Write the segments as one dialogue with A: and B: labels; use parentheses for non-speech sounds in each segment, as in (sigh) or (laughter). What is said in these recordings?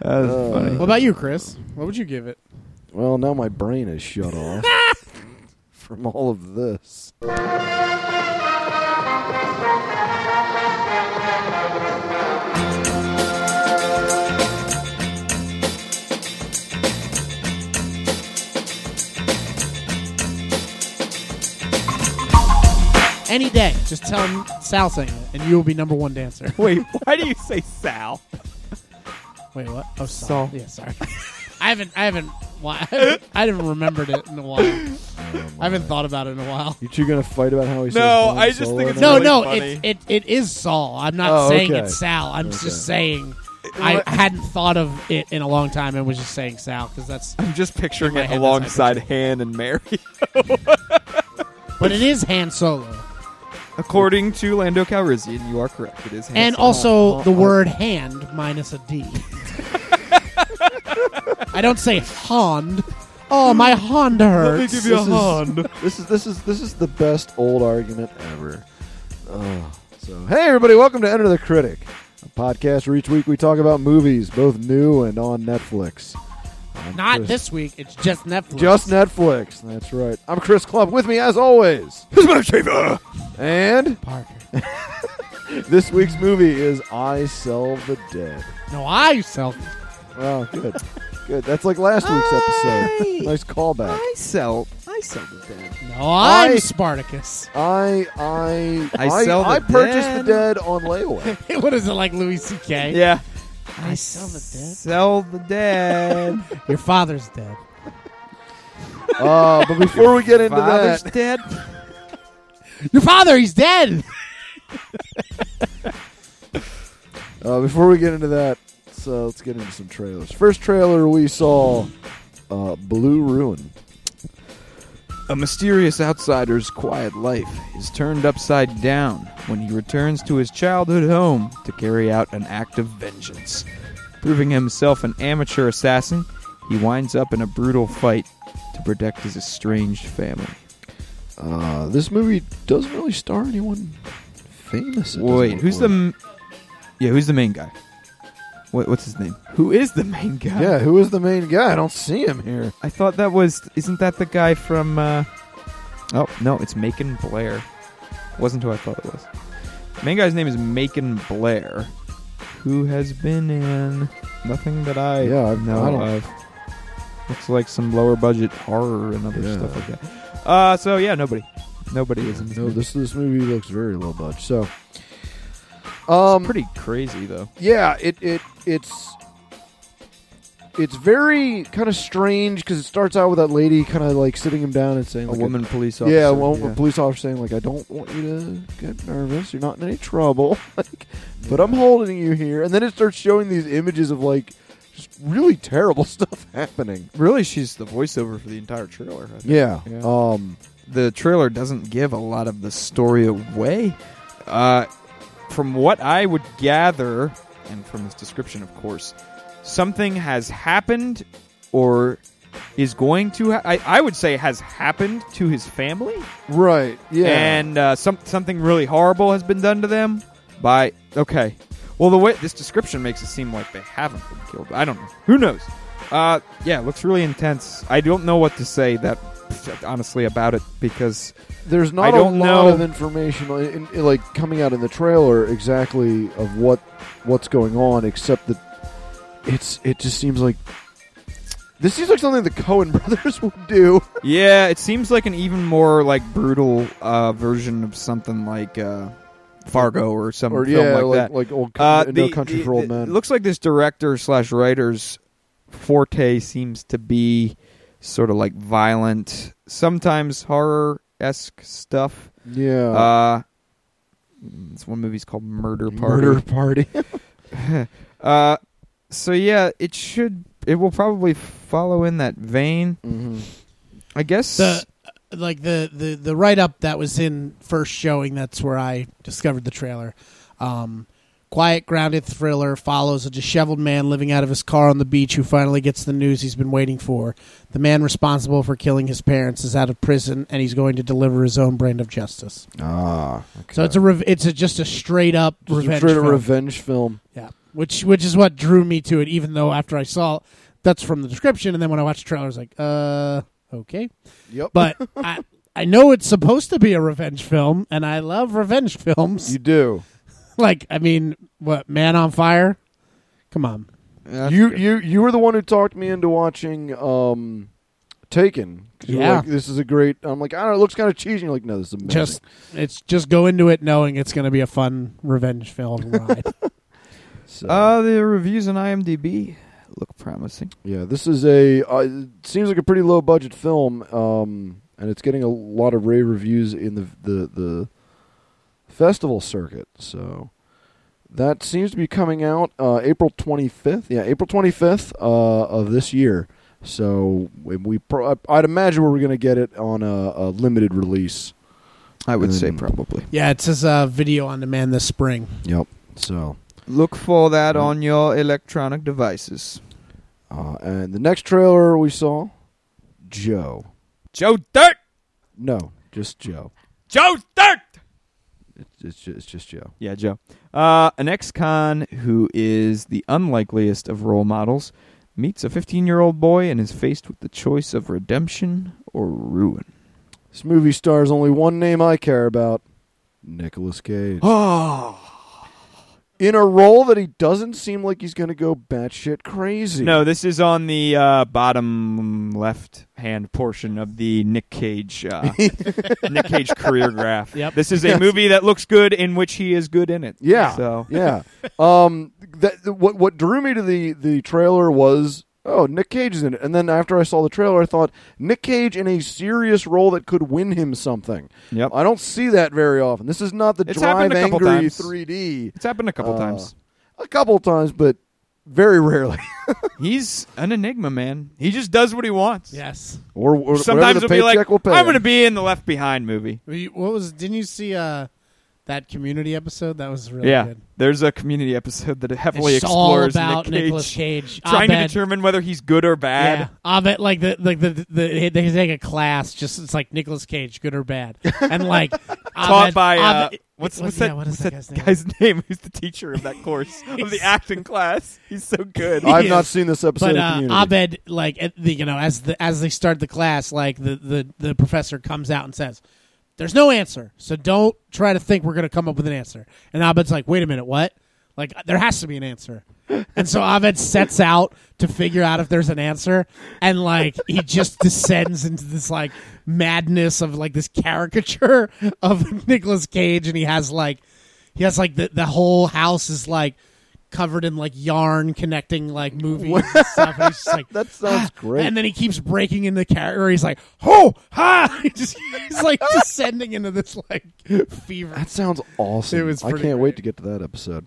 A: That was funny.
B: What about you, Chris? What would you give it?
C: Well, now my brain is shut off
A: (laughs)
C: from all of this.
B: Any day. Just tell him Sal sang it, and you will be number one dancer.
A: (laughs) Wait, why do you say Sal?
B: (laughs) Wait, what? Oh,
A: Sal.
B: Sal. Yeah, sorry. I haven't. I haven't. Why? (laughs) I haven't- I haven't remembered it in a while. I haven't thought about it in a while.
C: You two gonna fight about how he says
A: No,
C: Han
A: I just
C: Solo
A: think it's
C: now?
B: No, no,
A: really funny.
B: it's it it is Saul. I'm not
C: Oh,
B: saying
C: okay.
B: it's Sal. I'm
C: Okay.
B: just saying I
A: what-
B: hadn't thought of it in a long time and was just saying Sal because that's.
A: I'm just picturing
B: In my
A: it
B: head, that's
A: alongside Han and Mary. (laughs)
B: But it is Han Solo,
A: According to Lando Calrissian, you are correct. It is Han
B: and
A: Solo.
B: also the word hand minus a
C: (laughs)
B: D. I don't say hand. Oh, my hand hurts.
C: you a This is- hand. This is this is this is the best old argument ever. Oh, so hey everybody, welcome to Enter the Critic, a podcast where each week we talk about movies, both new and on Netflix. I'm
B: Not
C: Chris-
B: this week. It's just Netflix.
C: just Netflix. That's right. I'm Chris Clump. With me, as always,
A: Who's my favorite?
C: and
B: Parker.
C: this week's movie is I Sell the Dead.
B: No, I self.
C: Oh, good, good. That's like last week's episode.
A: Aye.
C: Nice callback.
A: I sell. I sell the dead.
B: No, I'm
C: I-
B: Spartacus. (laughs)
C: I I
A: I sell the
C: I purchased the
A: dead.
C: dead on
A: (laughs)
C: layaway.
B: what is it like, Louis C.K.?
A: Yeah.
B: I sell the dead.
A: Sell the dead. (laughs)
B: Your father's dead.
C: uh, but before we get into
A: Father's
C: that,
A: dead.
B: Your father, he's dead.
C: uh, before we get into that, so let's get into some trailers. First trailer we saw, uh, Blue Ruin.
A: A mysterious outsider's quiet life is turned upside down when he returns to his childhood home to carry out an act of vengeance. Proving himself an amateur assassin, he winds up in a brutal fight to protect his estranged family.
C: Uh, this movie doesn't really star anyone famous. it doesn't
A: Wait,
C: look
A: who's the
C: like.
A: m- yeah? Who's the main guy? What, what's his name? Who is the main guy?
C: Yeah, who is the main guy? I don't see him here.
A: I thought that was. Isn't that the guy from? Uh, oh no, it's Macon Blair. Wasn't who I thought it was. Main guy's name is Macon Blair, who has been in nothing that I
C: Yeah, I-
A: know
C: I don't-
A: of. Looks like some lower budget horror and other
C: Yeah.
A: stuff like that. Uh, so yeah, nobody, nobody is in this
C: No,
A: movie.
C: this this movie looks very low budget. So, um,
A: Pretty crazy though.
C: yeah, it it it's it's very kind of strange because it starts out with that lady kind of like sitting him down and saying,
A: A
C: like,
A: woman police officer.
C: yeah, well, a police officer saying like, "I don't want you to get nervous. You're not in any trouble, (laughs) like, but I'm holding you here." And then it starts showing these images of like just really terrible (laughs) stuff happening.
A: Really, she's the voiceover for the entire trailer. I think.
C: Yeah.
A: Yeah.
C: Um.
A: the trailer doesn't give a lot of the story away. Uh, from what I would gather, and from his description, of course, something has happened or is going to. Ha- I, I would say has happened to his family,
C: Right. Yeah.
A: and uh, some something really horrible has been done to them by. Okay, well, the way this description makes it seem like they haven't been killed. I don't know. Who knows? Uh, yeah, it looks really intense. I don't know what to say that honestly about it because
C: There's not
A: I
C: a
A: don't
C: lot
A: know-
C: of information in, in- like coming out in the trailer exactly of what what's going on, except that it's it just seems like this seems like something the Cohen (laughs) brothers would do.
A: Yeah, it seems like an even more like brutal uh, version of something like uh, Fargo or some
C: or
A: film
C: yeah,
A: like,
C: like
A: that.
C: like old
A: uh,
C: no
A: the-
C: country
A: the-
C: for old
A: the-
C: men.
A: It looks like this director slash writer's forte seems to be sort of like violent, sometimes horror esque stuff.
C: yeah,
A: Uh, this one movie's called Murder Party.
C: murder party.
A: Uh, so yeah, it should. It will probably follow in that vein,
C: mm-hmm.
A: I guess.
B: The like the the the write up that was in first showing. That's where I discovered the trailer. Um, quiet, grounded thriller follows a disheveled man living out of his car on the beach who finally gets the news he's been waiting for. The man responsible for killing his parents is out of prison, and he's going to deliver his own brand of justice.
C: Ah,
B: So it's a rev- it's a, just a straight up
C: just
B: revenge.
C: a straight
B: film.
C: revenge film.
B: Yeah. which which is what drew me to it. Even though after I saw, it, that's from the description, and then when I watched the trailer, I was like, uh, okay.
C: Yep.
B: But I I know it's supposed to be a revenge film, and I love revenge films.
C: you do.
B: (laughs) like I mean, what Man on Fire? Come on,
A: That's
C: you
A: good.
C: you you were the one who talked me into watching um Taken. 'Cause you were
B: Yeah.
C: like, this is a great. I'm like, I don't know. It looks kind of cheesy. And You're like, no, this is amazing.
B: just it's just go into it knowing it's going to be a fun revenge film ride.
C: So,
A: Uh, the reviews on IMDb look promising.
C: yeah, this is a. Uh, it seems like a pretty low budget film. Um, and it's getting a lot of rave reviews in the the the festival circuit. So. That seems to be coming out uh, April 25th. Yeah, April 25th uh, of this year. So we- we, pro- I'd imagine we're going to get it on a, a limited release.
A: I would say
C: Mm.
A: probably.
B: (laughs) yeah, it says uh, video on demand this spring.
C: Yep. So,
A: Look for that
C: Mm.
A: on your electronic devices.
C: uh, and the next trailer we saw, Joe.
A: Joe Dirt!
C: No, just Joe.
A: Joe Dirt!
C: It's it's just, it's just Joe.
A: Yeah, Joe. Uh, an ex con who is the unlikeliest of role models meets a 15 year old boy and is faced with the choice of redemption or ruin.
C: This movie stars only one name I care about, Nicolas
A: (gasps)
C: Cage,
A: (gasps) Oh!
C: in a role that he doesn't seem like he's going to go batshit crazy.
A: No, this is on the uh, bottom left hand portion of the Nick
C: (laughs)
A: Cage uh, Nick Cage career graph.
B: Yep.
A: This is a movie that looks good in which he is good in it.
C: Yeah.
A: So
C: yeah. Um. That what what drew me to the the trailer was oh Nick Cage is in it, and then after I saw the trailer, I thought Nick Cage in a serious role that could win him something.
A: Yep.
C: I don't see that very often. This is not the
A: It's
C: drive
A: happened a couple
C: angry
A: times.
C: 3D.
A: It's happened a couple
C: Uh,
A: times.
C: A couple times, but very rarely. (laughs)
A: He's an enigma, man. He just does what he wants.
B: Yes.
C: or, or whatever
A: Sometimes it'll
C: the
A: be
C: paycheck
A: like,
C: will pay.
A: I'm going to be in the Left Behind movie.
B: You- What was? Didn't you see uh, that community episode? That was really
A: yeah,
B: good.
A: there's a community episode that heavily
B: It's all
A: explores
B: about
A: Nick Cage,
B: Nicolas Cage
A: trying to
B: Abed.
A: determine whether he's good or bad.
B: Yeah, Abed, like the like the, the, the they take a class. Just it's like Nicolas Cage, good or bad, and like
A: (laughs) Taught
B: Abed-
A: by uh,
B: Abed-
A: what's
B: what-
A: what's
B: yeah,
A: that,
B: what is
A: what's
B: that
A: that
B: guy's
A: guy's, (laughs)
B: name?
A: name? Who's the teacher of that course
B: (laughs)
A: of the
B: He's-
A: acting class? He's so good.
C: I've
B: He
C: not
B: is.
C: seen this episode
B: But
C: of
B: uh,
C: Community.
B: Abed, like at the, you know, as the as they start the class, like the, the the professor comes out and says, "There's no answer, so don't try to think we're going to come up with an answer." And Abed's like, "Wait a minute, what? Like uh, there has to be
C: (laughs)
B: an answer." and so Abed sets out to figure out if there's an answer, and like
C: (laughs)
B: he just descends into this like madness of like this caricature of (laughs) Nicolas Cage, and he has like he has like the the whole house is like covered in like yarn connecting like movies
C: (laughs)
B: and stuff. And he's just like "Ah."
C: That sounds great.
B: And then he keeps breaking into character. He's like, ho ha! (laughs) He just,
C: (laughs)
B: he's like descending into this like fever.
C: that sounds awesome.
B: It was
C: I can't
B: pretty
C: wait
B: great.
C: to get to that episode.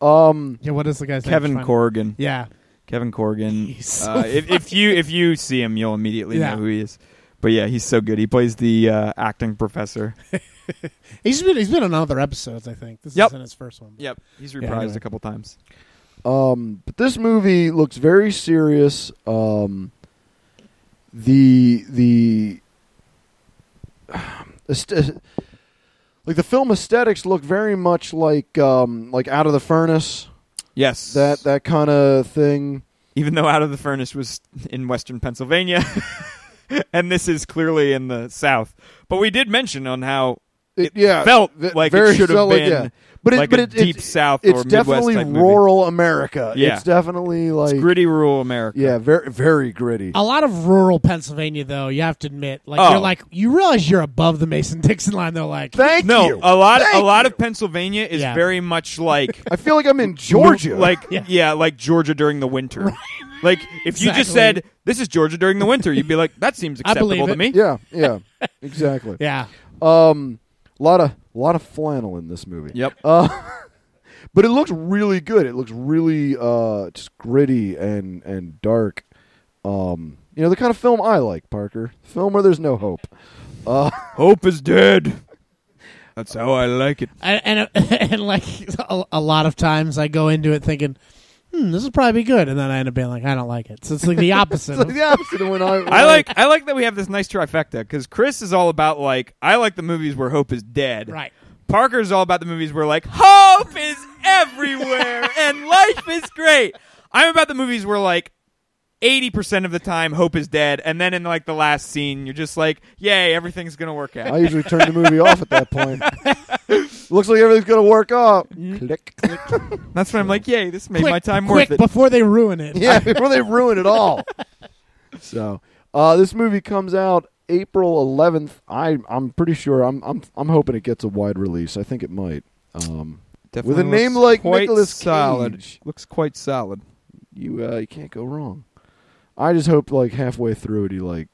C: Um,
B: yeah, what is the guy's
A: Kevin
B: name? It's fine.
A: Corrigan.
B: Yeah,
A: Kevin Corrigan.
B: He's so
A: uh, if, if you if you see him, you'll immediately
B: Yeah.
A: know who he is. But yeah, he's so good. He plays the uh, acting professor.
B: (laughs) he's been he's been on other episodes. I think this
A: Yep.
B: isn't his first one.
A: Yep, he's reprised
B: anyway.
A: a couple times.
C: Um, but this movie looks very serious. Um, the the (sighs) aest- like the film aesthetics look very much like um, like out of the furnace
A: Yes,
C: that that kind of thing.
A: even though Out of the Furnace was in Western Pennsylvania, (laughs) and this is clearly in the South. But we did mention on how
C: It,
A: It
C: yeah,
A: felt
C: th-
A: like
C: Uh, very
A: it should have
C: solid,
A: been
C: yeah. But it,
A: like
C: but
A: a
C: it,
A: deep
C: it-
A: South
C: it's
A: or
C: definitely
A: Midwest type
C: rural America.
A: Yeah.
C: It's definitely like
A: movie. It's gritty rural America.
C: yeah, very very gritty.
B: A lot of rural Pennsylvania, though, you have to admit, like
A: Oh.
B: you're like you realize you're above the Mason Dixon line. They're like,
C: Thank
A: no, uh,
C: you.
A: a lot
C: Thank
A: a lot
C: you.
A: of Pennsylvania is
B: Yeah.
A: very much like
C: I feel like I'm in Georgia.
A: Like
B: Yeah.
A: yeah. like Georgia during the winter. Like if you just
B: Exactly.
A: said this is Georgia during the winter, you'd be like that seems
B: I believe
A: acceptable to
B: it.
A: me.
C: yeah, yeah,
A: (laughs)
C: exactly.
B: yeah,
C: Um, lot of lot of flannel in this movie.
A: Yep.
C: but it looks really good. It looks really uh just gritty and and dark. Um, you know the kind of film I like, Parker. Film where there's no
A: (laughs)
C: hope.
A: Hope is dead. That's how I like it.
B: and (laughs) and, and like a, a lot of times I go into it thinking, hmm, this will probably be good, and then I end up being like, I don't like it. So it's like the opposite.
C: It's (laughs) like
B: of-
C: the opposite of when I. when
A: I like I like that we have this nice trifecta because Chris is all about like I like the movies where hope is dead.
B: right.
A: Parker's all about the movies where like hope is
B: (laughs)
A: everywhere and life is great. I'm about the movies where like 80% of the time hope is dead and then in like the last scene you're just like, "Yay, everything's going to work out."
C: I usually turn the movie off at
D: (laughs)
C: that point. Looks like everything's gonna work out.
D: Mm.
C: Click. (laughs)
A: That's when I'm like, "Yay, this made
B: quick,
A: my time
B: quick
A: worth it."
B: before they ruin
C: (laughs)
B: it.
C: Yeah, before they ruin it all. So, uh, this movie comes out April 11th. I I'm pretty sure. I'm I'm I'm hoping it gets a wide release. I think it might. Um,
D: Definitely
C: With a name
D: looks
C: like
D: quite
C: Nicolas
D: solid.
C: Cage.
D: Looks quite solid.
C: you uh, you can't go wrong. I just hope like halfway through it, he like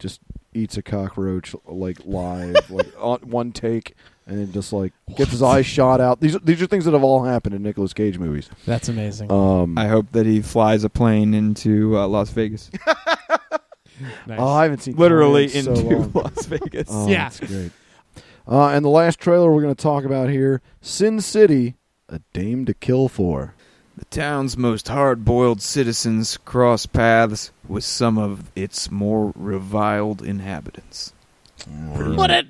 C: just eats a cockroach like live,
B: (laughs)
C: like on one take, and then just like gets his eyes shot out. These are- these are things that have all happened in Nicolas Cage movies.
B: That's amazing.
C: Um,
D: I hope that he flies a plane into uh, Las Vegas.
B: nice.
C: oh, I haven't seen
A: Literally
C: Conan in so
A: into
C: long.
A: (laughs) Las Vegas.
C: Oh,
B: Yeah.
C: that's great. Uh, and the last trailer we're going to talk about here: Sin City, a dame to kill for.
D: The town's most hard boiled citizens cross paths with some of its more reviled inhabitants.
B: what a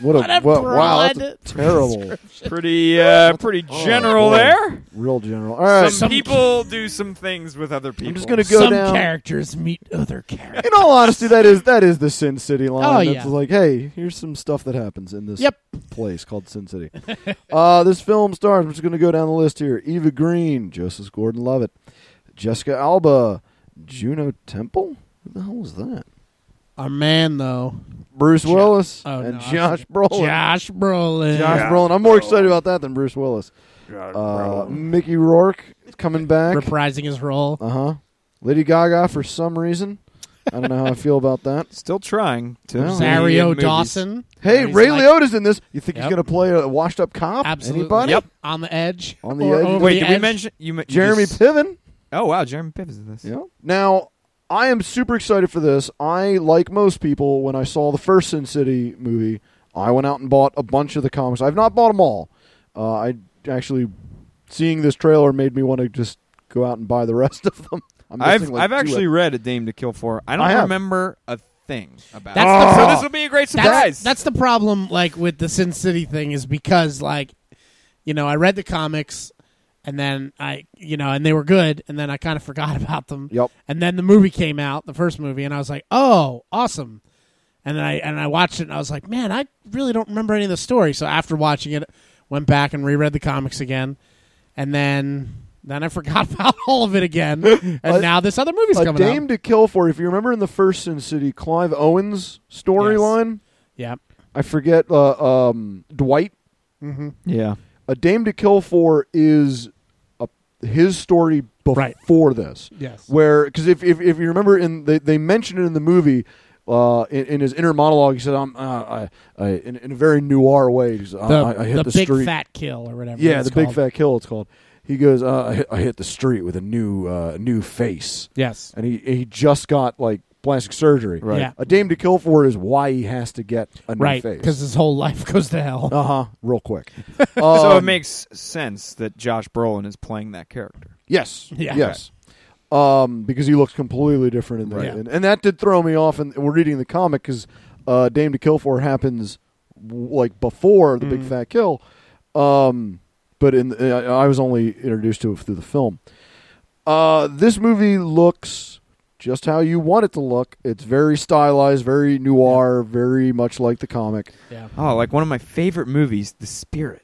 C: What a,
B: what a
C: what- wow!
B: broad
C: That's a
B: (laughs)
C: terrible,
A: Pretty uh pretty
C: Oh,
A: general
C: boy.
A: there.
C: real general. All right,
A: Some,
B: Some-
A: people do some things with other people.
C: I'm just going to go
B: some
C: down.
B: characters meet other characters.
C: in all honesty, that is that is the Sin City line.
B: Oh,
C: It's
B: yeah.
C: like, hey, here's some stuff that happens in this
B: Yep.
C: place called Sin City. (laughs) uh, this film stars. I'm just going to go down the list here: Eva Green, Joseph Gordon-Levitt, Jessica Alba, Juno Temple. Who the hell was that?
B: Our man though,
C: Bruce
B: Jo-
C: Willis
B: Oh,
C: and
B: no, I-
C: Josh Brolin.
B: Josh Brolin.
C: Josh Brolin. I'm more excited about that than Bruce Willis. Uh, Mickey Rourke is coming back.
B: reprising his role.
C: Uh huh. Lady Gaga for some reason. I don't know how I feel about that.
D: Still trying to.
A: Oh,
C: Well.
D: be in
B: Zario
D: movies.
B: Dawson.
C: Hey,
B: He's
C: Ray
B: like-
C: Liotta's in this. You think he's
B: Yep.
C: going to play a washed up cop?
B: Absolutely.
C: Anybody?
A: Yep.
B: On the edge.
C: On the
B: or
C: edge.
B: over
A: Wait,
B: the
A: did we
B: edge.
A: mention you men- you
C: Jeremy
A: just-
C: Piven.
D: Oh, wow. Jeremy Piven's in this.
C: Yeah. Now, I am super excited for this. I, like most people, when I saw the first Sin City movie, I went out and bought a bunch of the comics. I've not bought them all. Uh, I actually, seeing this trailer made me want to just go out and buy the (laughs) rest of them. I'm
D: I've,
C: missing, like,
D: I've
C: two
D: actually
A: (laughs)
C: of-
D: read A Dame to Kill For. I don't
C: I have.
D: remember a thing about
B: That's
D: it.
B: the
A: So
B: problem.
A: this will be a great
B: that's,
A: surprise.
B: that's the problem, like with the Sin City thing, is because like, you know, I read the comics, and then I, you know, and they were good, and then I kind of forgot (laughs) about them.
C: Yep.
B: And then the movie came out, the first movie, and I was like, oh, awesome. And then I and I watched it, and I was like, man, I really don't remember any of the story. So after watching it, went back and reread the comics again, and then then I (laughs) forgot about all of it again, and
C: (laughs) A-
B: now this other movie's
C: A
B: coming
C: Dame
B: out.
C: to Kill For. If you remember in the first Sin City, Clive Owens storyline,
B: Yeah.
C: I forget, uh, um, Dwight
B: Mm-hmm.
D: Yeah.
C: A Dame to Kill For is a, his story
B: Right.
C: before this.
B: Yes.
C: Where, because if, if, if you remember, in they, they mentioned it in the movie. Uh, in, in his inner monologue, he said, "I'm uh, I, I, in, in a very noir way. He says, I,
B: the,
C: I, I hit the,
B: big
C: street.
B: fat kill or whatever.
C: yeah,
B: it's
C: the big
B: called.
C: fat kill. It's called." He goes, uh, I, hit, "I hit the street with a new uh, new face,"
B: Yes.
C: and he he just got like plastic surgery.
D: Right.
B: Yeah.
C: A dame to kill for is why he has to get a new
B: Right.
C: face
B: Because his whole (laughs) life goes to hell.
C: uh huh, real
B: (laughs)
C: quick.
D: so it
C: Um,
D: makes sense that Josh Brolin is playing that character.
C: Yes.
B: Yeah.
C: Yes. Um, because he looks completely different in that,
B: Right.
C: and, and that did throw me off. And we're reading the comic because uh, Dame to Kill for happens w- like before the
D: Mm.
C: big fat kill. Um, but in uh, I was only introduced to it through the film. Uh, this movie looks just how you want it to look. It's very stylized, very noir, very much like
D: (laughs)
C: the comic.
B: Yeah.
D: Oh, like one of my favorite movies, The Spirit.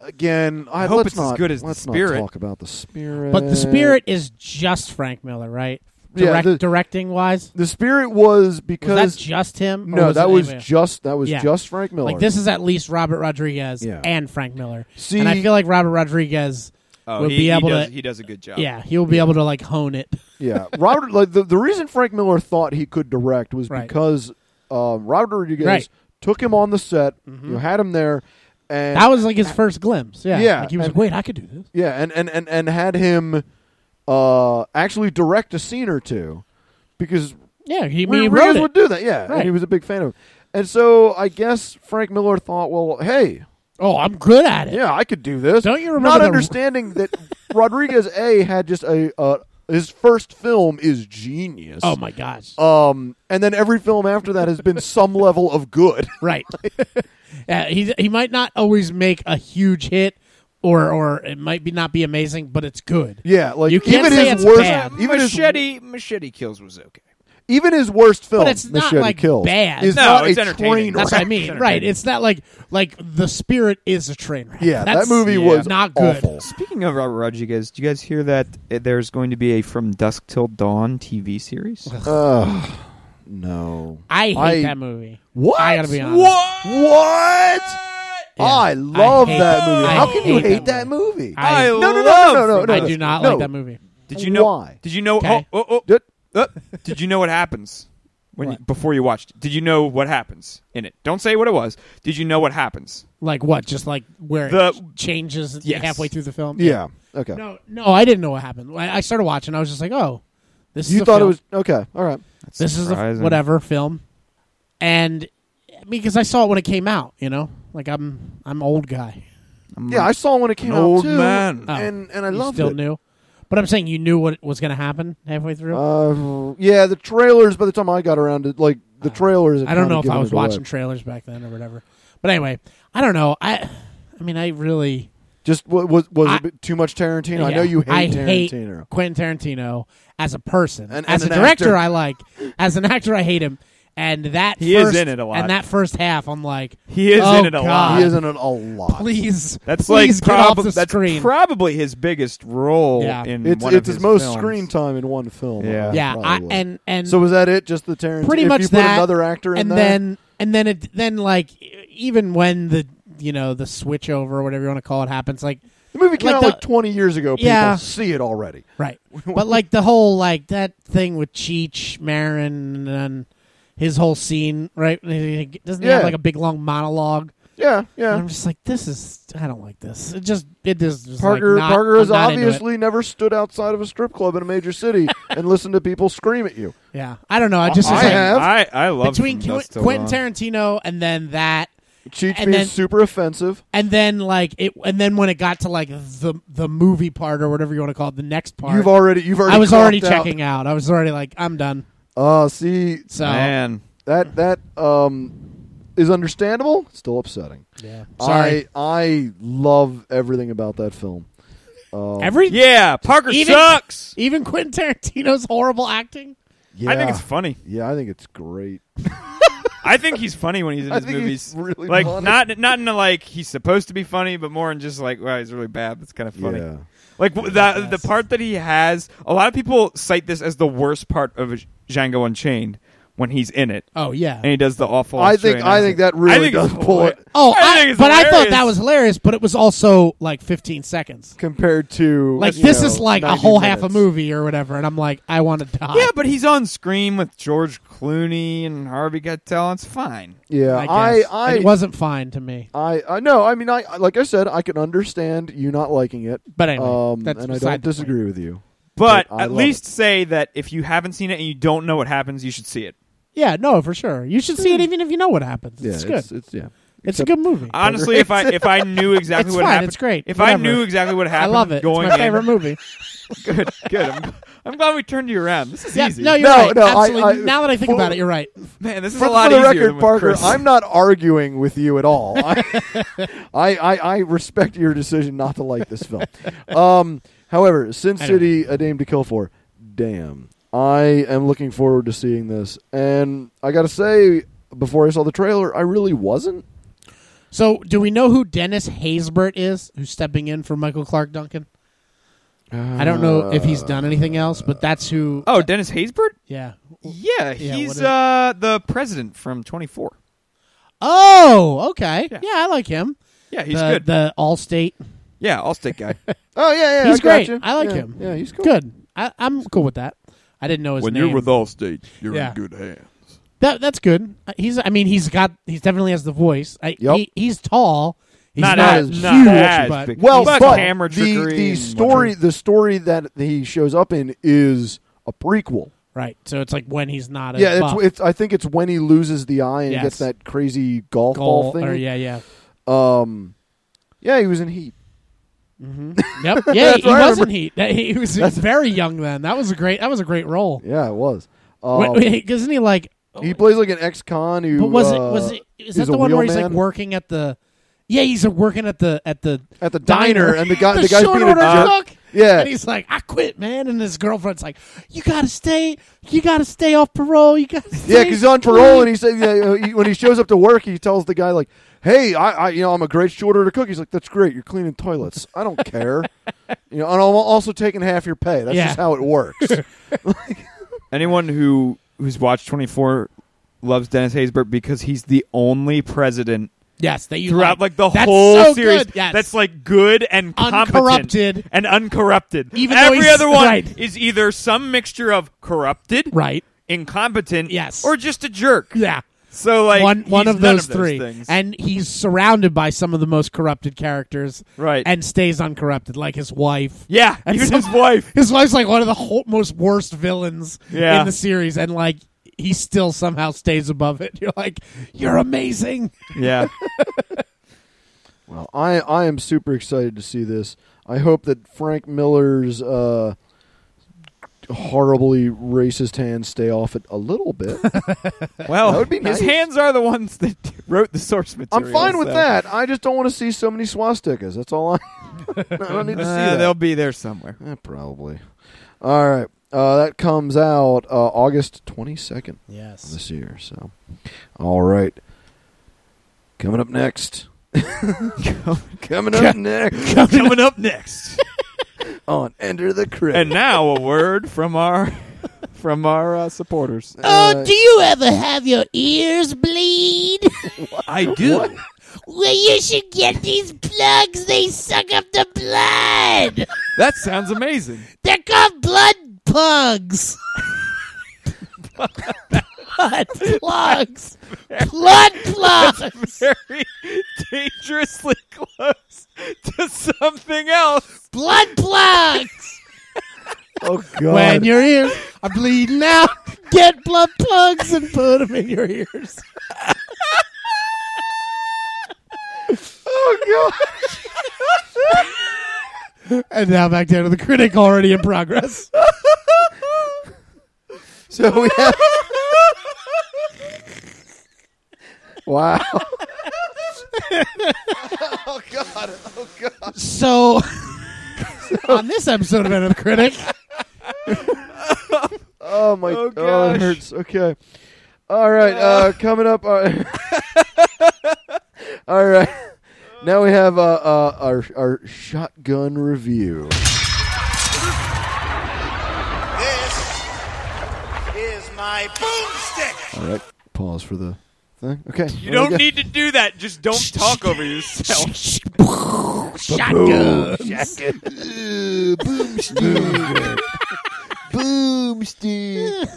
C: Again, I,
D: I hope
C: let's
D: it's as
C: not,
D: good as The
C: let's
D: Spirit.
C: Not talk about the spirit,
B: But the spirit is just Frank Miller, right?
C: Yeah,
B: Direct,
C: the-
B: directing wise,
C: The spirit was
B: was that
C: because
B: just him? or
C: no,
B: was
C: that
B: it
C: was
B: anybody else?
C: just that was
B: Yeah.
C: just Frank Miller.
B: like this is at least Robert Rodriguez
C: Yeah.
B: and Frank Miller.
C: See,
B: and I feel like Robert Rodriguez,
D: Oh,
B: Would
D: he,
B: be
D: he
B: able
D: does,
B: to-
D: He does a good
C: Oh.
D: job.
B: yeah, he'll be able to like hone it.
C: yeah, Robert. Like the, the reason Frank Miller thought he could direct was
B: Right.
C: because uh, Robert Rodriguez
B: Right.
C: took him on the set, you know, had him there, and
B: That was like his first glimpse. Yeah,
C: Yeah,
B: Like, he was
C: and-
B: like, wait, I could do this.
C: yeah, and and and and had him uh, actually direct a scene or two because
B: Yeah, he, I mean,
C: Re-
B: he
C: Reyes
B: wrote it.
C: would do that. Yeah, and
B: Right.
C: he was a big fan of him, and so I guess Frank Miller thought, well, hey,
B: oh, I'm good at it.
C: Yeah, I could do this.
B: Don't you remember
C: Not
B: the-
C: understanding that Rodriguez A had just a, a His first film is genius.
B: Oh my gosh!
C: Um, and then every film after that has been some level of good.
B: Right. (laughs) uh, he he might not always make a huge hit, or or it might be not be amazing, but it's good.
C: Yeah, like
B: You can't
C: even
B: say
C: his
B: it's
C: worst,
B: bad.
C: even his
A: machete, machete kills was okay.
C: even his worst film,
B: But it's not,
C: Machete
B: like,
C: Kills,
B: bad.
C: Is
A: No,
C: not
A: it's
C: a
A: entertaining.
C: train
B: That's
C: wreck.
B: what I mean, right? It's not like like the spirit is a train wreck.
C: Yeah,
B: That's
C: that movie
A: yeah.
C: was
B: not good.
C: awful.
A: Speaking of Robert Rodriguez, do you guys hear that uh, there's going to be a From Dusk Till Dawn TV series?
C: Ugh, no.
B: I hate
C: I-
B: that movie.
C: What?
B: I gotta be honest.
A: What?
C: What? Oh,
B: Yeah.
C: I love
B: I hate-
C: that movie.
A: I
C: How can you
B: hate
C: hate that
B: that
C: movie?
B: I-
A: I
C: no,
B: No,
C: no, no,
A: love
C: no, no,
A: From
C: Oh, no,
B: I
A: Dusk-
B: do not
C: no.
B: like that movie.
A: Did you know?
C: Why?
A: Did you know?
B: Okay.
A: Oh, oh, oh,
C: Dude,
A: uh, did you know what happens when You, before you watched? it? Did you know what happens in it? Don't say what it was. Did you know what happens?
B: Like what? Just like where it
A: The-
B: changes
A: Yes.
B: halfway through the film.
C: Yeah. Okay.
B: No, no, I didn't know what happened. I, I started watching. I was just like, oh, this. is
C: you
B: a
C: thought it
B: film.
C: was okay. All right.
B: this is a
A: Surprising.
B: whatever film, and because I saw it when it came out, you know, like I'm I'm old guy.
C: Yeah, I saw it when it came
D: An
C: out
D: old
C: too,
D: man.
B: Oh.
C: and and I
B: you
C: loved
B: still
C: it.
B: knew, but I'm saying you knew what was going to happen halfway through.
C: Uh, yeah, the trailers. By the time I got around to like the trailers, had
B: Oh. I don't
C: kinda
B: know if
C: given
B: I was
C: it away.
B: watching trailers back then or whatever. But anyway, I don't know. I I mean, I really
C: Just wa- was was
B: I-
C: it a bit too much Tarantino? I know
B: yeah,
C: you hate
B: I
C: Tarantino.
B: Hate Quentin Tarantino as a person,
C: And-
B: as
C: and
B: a
C: an
B: director,
C: actor.
B: I like. As an actor, I hate him. And that
A: He is
B: first,
A: in it a lot.
B: And that first half, I'm like,
A: He is
B: Oh,
A: in it a lot.
B: God.
C: he isn't in it a lot.
B: please,
A: That's
B: please
A: like
B: get
A: prob-
B: off the
A: that's
B: screen.
A: probably his biggest role
B: Yeah.
A: in
C: It's
A: one
C: it's
A: of
C: his, most
A: films.
C: screen time in one film.
A: Yeah.
C: uh,
B: yeah, I,
C: probably.
B: and and
C: so was that it? Just the Tarantino?
B: pretty
C: if
B: much
C: you put
B: that.
C: another actor in
B: and
C: there?
B: then and then it then like even when the you know the switch over or whatever you want to call it happens, like
C: the movie came
B: like
C: out
B: the-
C: like twenty years ago. People
B: Yeah.
C: see it already. (laughs)
B: Right. but like the whole like that thing with Cheech Marin and his whole scene, right? Doesn't he
C: Yeah.
B: have like a big long monologue?
C: Yeah,
B: And
C: yeah.
B: I'm just like, this is I don't like this. It just it is just
C: Parker
B: like not,
C: Parker
B: I'm
C: has
B: not into it.
C: obviously never stood outside of a strip club in a major city
B: (laughs)
C: and listened to people scream at you.
B: Yeah. I don't know. I just
C: I
B: was like,
C: have.
A: I I love
B: between
A: From
B: Qu-
A: Dusk Till
B: Quentin
A: Dawn.
B: Tarantino and then that
C: Cheech
B: And
C: being
B: then-
C: super offensive.
B: and then like it and then when it got to like the the movie part or whatever you want to call it, the next part.
C: You've already you've already
B: I was already
C: clocked out.
B: checking out. I was already like, I'm done.
C: Uh see
B: So
A: Man,
C: that that um is understandable, still upsetting.
B: yeah. Sorry.
C: I I love everything about that film. Um,
B: Every
A: yeah, Parker
B: Even-
A: sucks.
B: Even Quentin Tarantino's horrible acting.
C: yeah.
A: I think it's funny.
C: yeah, I think it's great.
A: I think he's funny when he's in
C: I
A: his
C: think
A: movies.
C: he's really
A: like
C: funny.
A: not not in a like he's supposed to be funny, but more in just like wow he's really bad. That's kind of funny.
C: Yeah.
A: Like w the the part that he has, a lot of people cite this as the worst part of Django Unchained when he's in it
B: Oh yeah.
A: and he does the awful.
C: I think-
A: Australian
C: I think
A: accent.
C: that really
A: I think
C: does
A: it's
C: pull it.
A: hilarious.
B: oh, I-
A: think it's
B: but I thought
A: hilarious.
B: that was hilarious. But it was also like 15 seconds.
C: Compared to
B: Like
C: you
B: this
C: know,
B: is like a
C: 90
B: whole half a
C: minutes.
B: movie or whatever, and I'm like, I want to die.
A: Yeah, but he's on screen with George Clooney and Harvey Keitel. It's fine.
C: Yeah,
B: I,
C: I
B: guess.
C: I,
B: And it wasn't fine to me.
C: I, I no, I mean, I I- like I said, I can understand you not liking it,
B: But anyway,
C: um,
B: that's
C: and I don't
B: beside the point.
C: disagree with you.
A: But,
C: But I
A: at
C: love
A: least say that if you haven't seen it and you don't know what happens, you should see it.
B: Yeah, no, for sure. You should see it even if you know what happens.
C: Yeah,
B: It's good.
C: It's,
B: It's,
C: it's yeah.
B: a good movie.
A: Honestly, if I if I knew exactly
B: It's
A: what
B: fine,
A: happened,
B: it's great,
A: If I
B: whatever.
A: knew exactly what
B: I
A: happened,
B: love it.
A: Going
B: it's my
A: in-
B: favorite movie.
A: good, good. I'm, I'm glad we turned you around. This is
B: Yeah,
A: easy.
B: no, you're
C: No,
B: right.
C: no, I-
B: Absolutely.
C: I-
B: now that I think
C: for-
B: about it, you're right.
A: man, this is
C: For,
A: a lot
C: for the
A: easier than
C: record,
A: with
C: Parker,
A: Chris.
C: I'm not arguing with you at all. I, I, I, I respect your decision not to like this film. Um, however, Sin
B: I know.
C: City, A Dame to Kill For, damn, I am looking forward to seeing this. And I got to say, before I saw the trailer, I really wasn't.
B: So, do we know who Dennis Haysbert is, who's stepping in for Michael Clark Duncan? I don't know if he's done anything else, but that's who.
A: Oh, Dennis Haysbert?
B: yeah.
A: Yeah,
B: Yeah,
A: he's
B: what is-
A: uh the president from 24.
B: Oh, okay.
A: Yeah.
B: Yeah, I like him.
A: Yeah, he's
B: the,
A: good.
B: The Allstate,
A: yeah, I'll stick guy.
C: Oh yeah, yeah,
B: He's
C: I got
B: great.
C: you.
B: I like
C: Yeah,
B: him.
C: Yeah, he's cool.
B: good. I, I'm cool with that. I didn't know his name.
E: Allstate, you're
B: Yeah.
E: good hands.
B: that, that's good. Uh, He's. I mean, he's got. He's definitely has the voice. I,
C: Yep.
B: he, he's tall. He's
A: not,
B: not,
A: as
B: huge,
A: not as
B: but
A: big.
C: Well,
A: But
C: but
A: camera
C: the,
A: trickery
C: the
A: and
C: story, the story that he shows up in is a prequel.
B: right. So it's like when he's not. As
C: Yeah,
B: buff.
C: it's, it's. I think it's when he loses the eye and
B: Yes.
C: gets that crazy golf
B: goal
C: ball thing.
B: or yeah, yeah.
C: Um, yeah, he was in Heat. (laughs)
B: Yep. Yeah,
C: That's
B: he
C: what I
B: was in Heat. That- He was
C: That's-
B: very young then. That was a great. That was a great role.
C: Yeah, it was. Um,
B: Wait, wait, isn't he like?
C: He plays like an ex-con who.
B: But was it?
C: uh,
B: Was it?
C: he's
B: Is that
C: a
B: the one where he's like
C: wheelman?
B: working at the? Yeah, he's uh, working at the at the
C: at the diner, and the guy the, guy's
B: short
C: being a
B: order
C: jerk.
B: cook.
C: Yeah.
B: and he's like, "I quit, man." And his girlfriend's like, "You gotta stay. You gotta stay off parole. You gotta." Stay
C: Yeah, because he's on parole, and he said yeah, you know, he, when he shows up to work, he tells the guy like, "Hey, I, I you know I'm a great short order cook." He's like, "That's great. You're cleaning toilets. I don't
B: (laughs)
C: care. you know, and I'm also taking half your pay. That's
B: Yeah.
C: just how it works."
A: Anyone who who's watched 24 loves Dennis Haysbert because he's the only president
B: yes, that you
A: throughout like,
B: like,
A: the
B: That's
A: whole
B: so
A: series
B: good, yes.
A: that's like good and competent
B: Uncorrupted.
A: and uncorrupted.
B: Even though
A: every
B: he's-
A: other one
B: right.
A: is either some mixture of corrupted,
B: right.
A: incompetent,
B: Yes.
A: or just a jerk.
B: Yeah,
A: So like
B: one
A: he's
B: one of
A: none
B: those three,
A: things.
B: and he's surrounded by some of the most corrupted characters,
A: Right.
B: And stays uncorrupted, like his wife.
A: yeah,
B: (laughs) and
A: even
B: some-
A: his wife.
B: His wife's like one of the whole, most worst villains
A: Yeah.
B: in the series, and like he still somehow stays above it. (laughs) You're like, you're amazing.
A: Yeah,
C: Well, I I am super excited to see this. I hope that Frank Miller's uh, horribly racist hands stay off it a little
A: (laughs)
C: bit.
A: (laughs) well,
C: That would be nice.
A: his hands are the ones that (laughs) wrote the source material.
C: I'm fine with
A: so-
C: that. I just don't want to see so many swastikas. That's all I. (laughs) I don't need to see
A: Uh,
C: that.
A: they'll be
B: (laughs)
A: there somewhere.
C: Eh, probably. All right. Uh, that comes out uh, August 22nd
B: Yes.
C: this year. So, all right. Coming up next. (laughs) Coming up next
A: Coming
B: (laughs)
A: up next,
C: on Enter the Crypt.
A: and now a word from our (laughs) from our uh, supporters.
C: Uh,
B: do you ever have your ears bleed?
A: I do.
B: well, you should get these plugs. They suck up the blood.
A: That sounds amazing.
B: They're called blood plugs. (laughs) blood plugs. Blood plugs.
A: Very dangerously close to something else.
B: Blood plugs.
C: oh, God.
B: When your ears are bleeding out, (laughs) get blood plugs and put them in your ears.
C: oh, God.
B: (laughs) And now back down to the critic already in progress.
C: So we have. wow. oh God! Oh God! (laughs)
B: So, on this episode of End of the Critic,
C: Oh my!
A: Oh,
C: Oh, God!
A: gosh.
C: it hurts. Okay. All right. Uh, coming up. Uh, (laughs) all right. Now we have uh, uh, our our shotgun review.
F: This is my boomstick.
C: All right. Pause for the thing. Okay.
A: You don't need to do that. Just don't talk over yourself.
B: shotguns.
C: (laughs) boom, Steve.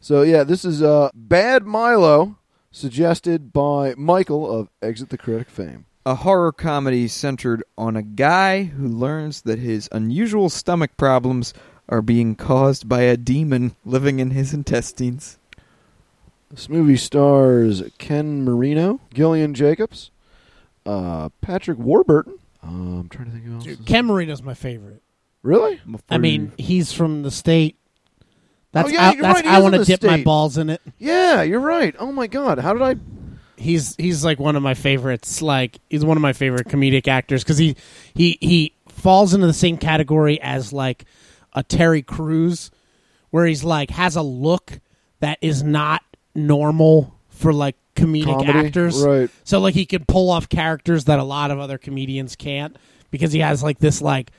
C: so yeah, this is uh, Bad Milo, suggested by Michael of Exit the Critic fame.
D: a horror comedy centered on a guy who learns that his unusual stomach problems are being caused by a demon living in his intestines.
C: This movie stars Ken Marino, Gillian Jacobs, uh, Patrick Warburton. Uh, I'm trying to think of who else. is-
B: Ken Marino's my favorite.
C: Really?
B: I mean, he's from the state. That's
C: Oh, yeah,
B: I,
C: you're
B: that's
C: right, he
B: I
C: is
B: want
C: in
B: to
C: the
B: dip my
C: state.
B: balls in it.
C: Yeah, you're right. Oh my God, how did I?
B: He's he's like one of my favorites. Like he's one of my favorite comedic actors because he he he falls into the same category as like a Terry Crews, where he's like has a look that is not normal for like comedic
C: Comedy,
B: actors.
C: right.
B: So like he can pull off characters that a lot of other comedians can't because he has like this like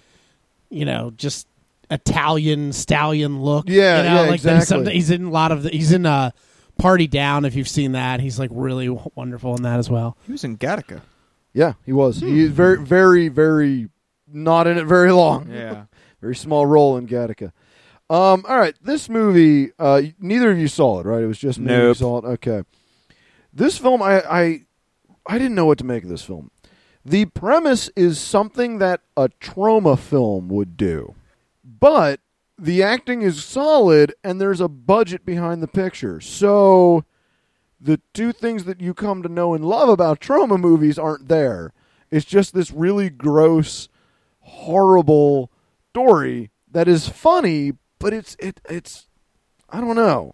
B: you know just Italian stallion look.
C: Yeah,
B: you know,
C: yeah,
B: like there's
C: exactly.
B: something- he's in a lot of the, he's in uh Party Down if you've seen that. He's like really w- wonderful in that as well.
D: He was in Gattaca.
C: Yeah, he was. He's very, very, very not in it very long.
A: (laughs) yeah.
C: very small role in Gattaca. Um, all right, this movie, uh, neither of you saw it, right? It was just me who
A: Nope.
C: saw it. Okay, this film, I, I, I didn't know what to make of this film. The premise is something that a trauma film would do, but the acting is solid, and there's a budget behind the picture. So, the two things that you come to know and love about trauma movies aren't there. It's just this really gross horrible story that is funny, but it's it it's I don't know.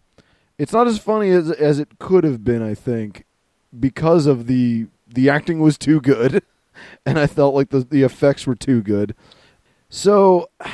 C: It's not as funny as as it could have been, I think, because of the the acting was too good, (laughs) and I felt like the the effects were too good. So (sighs)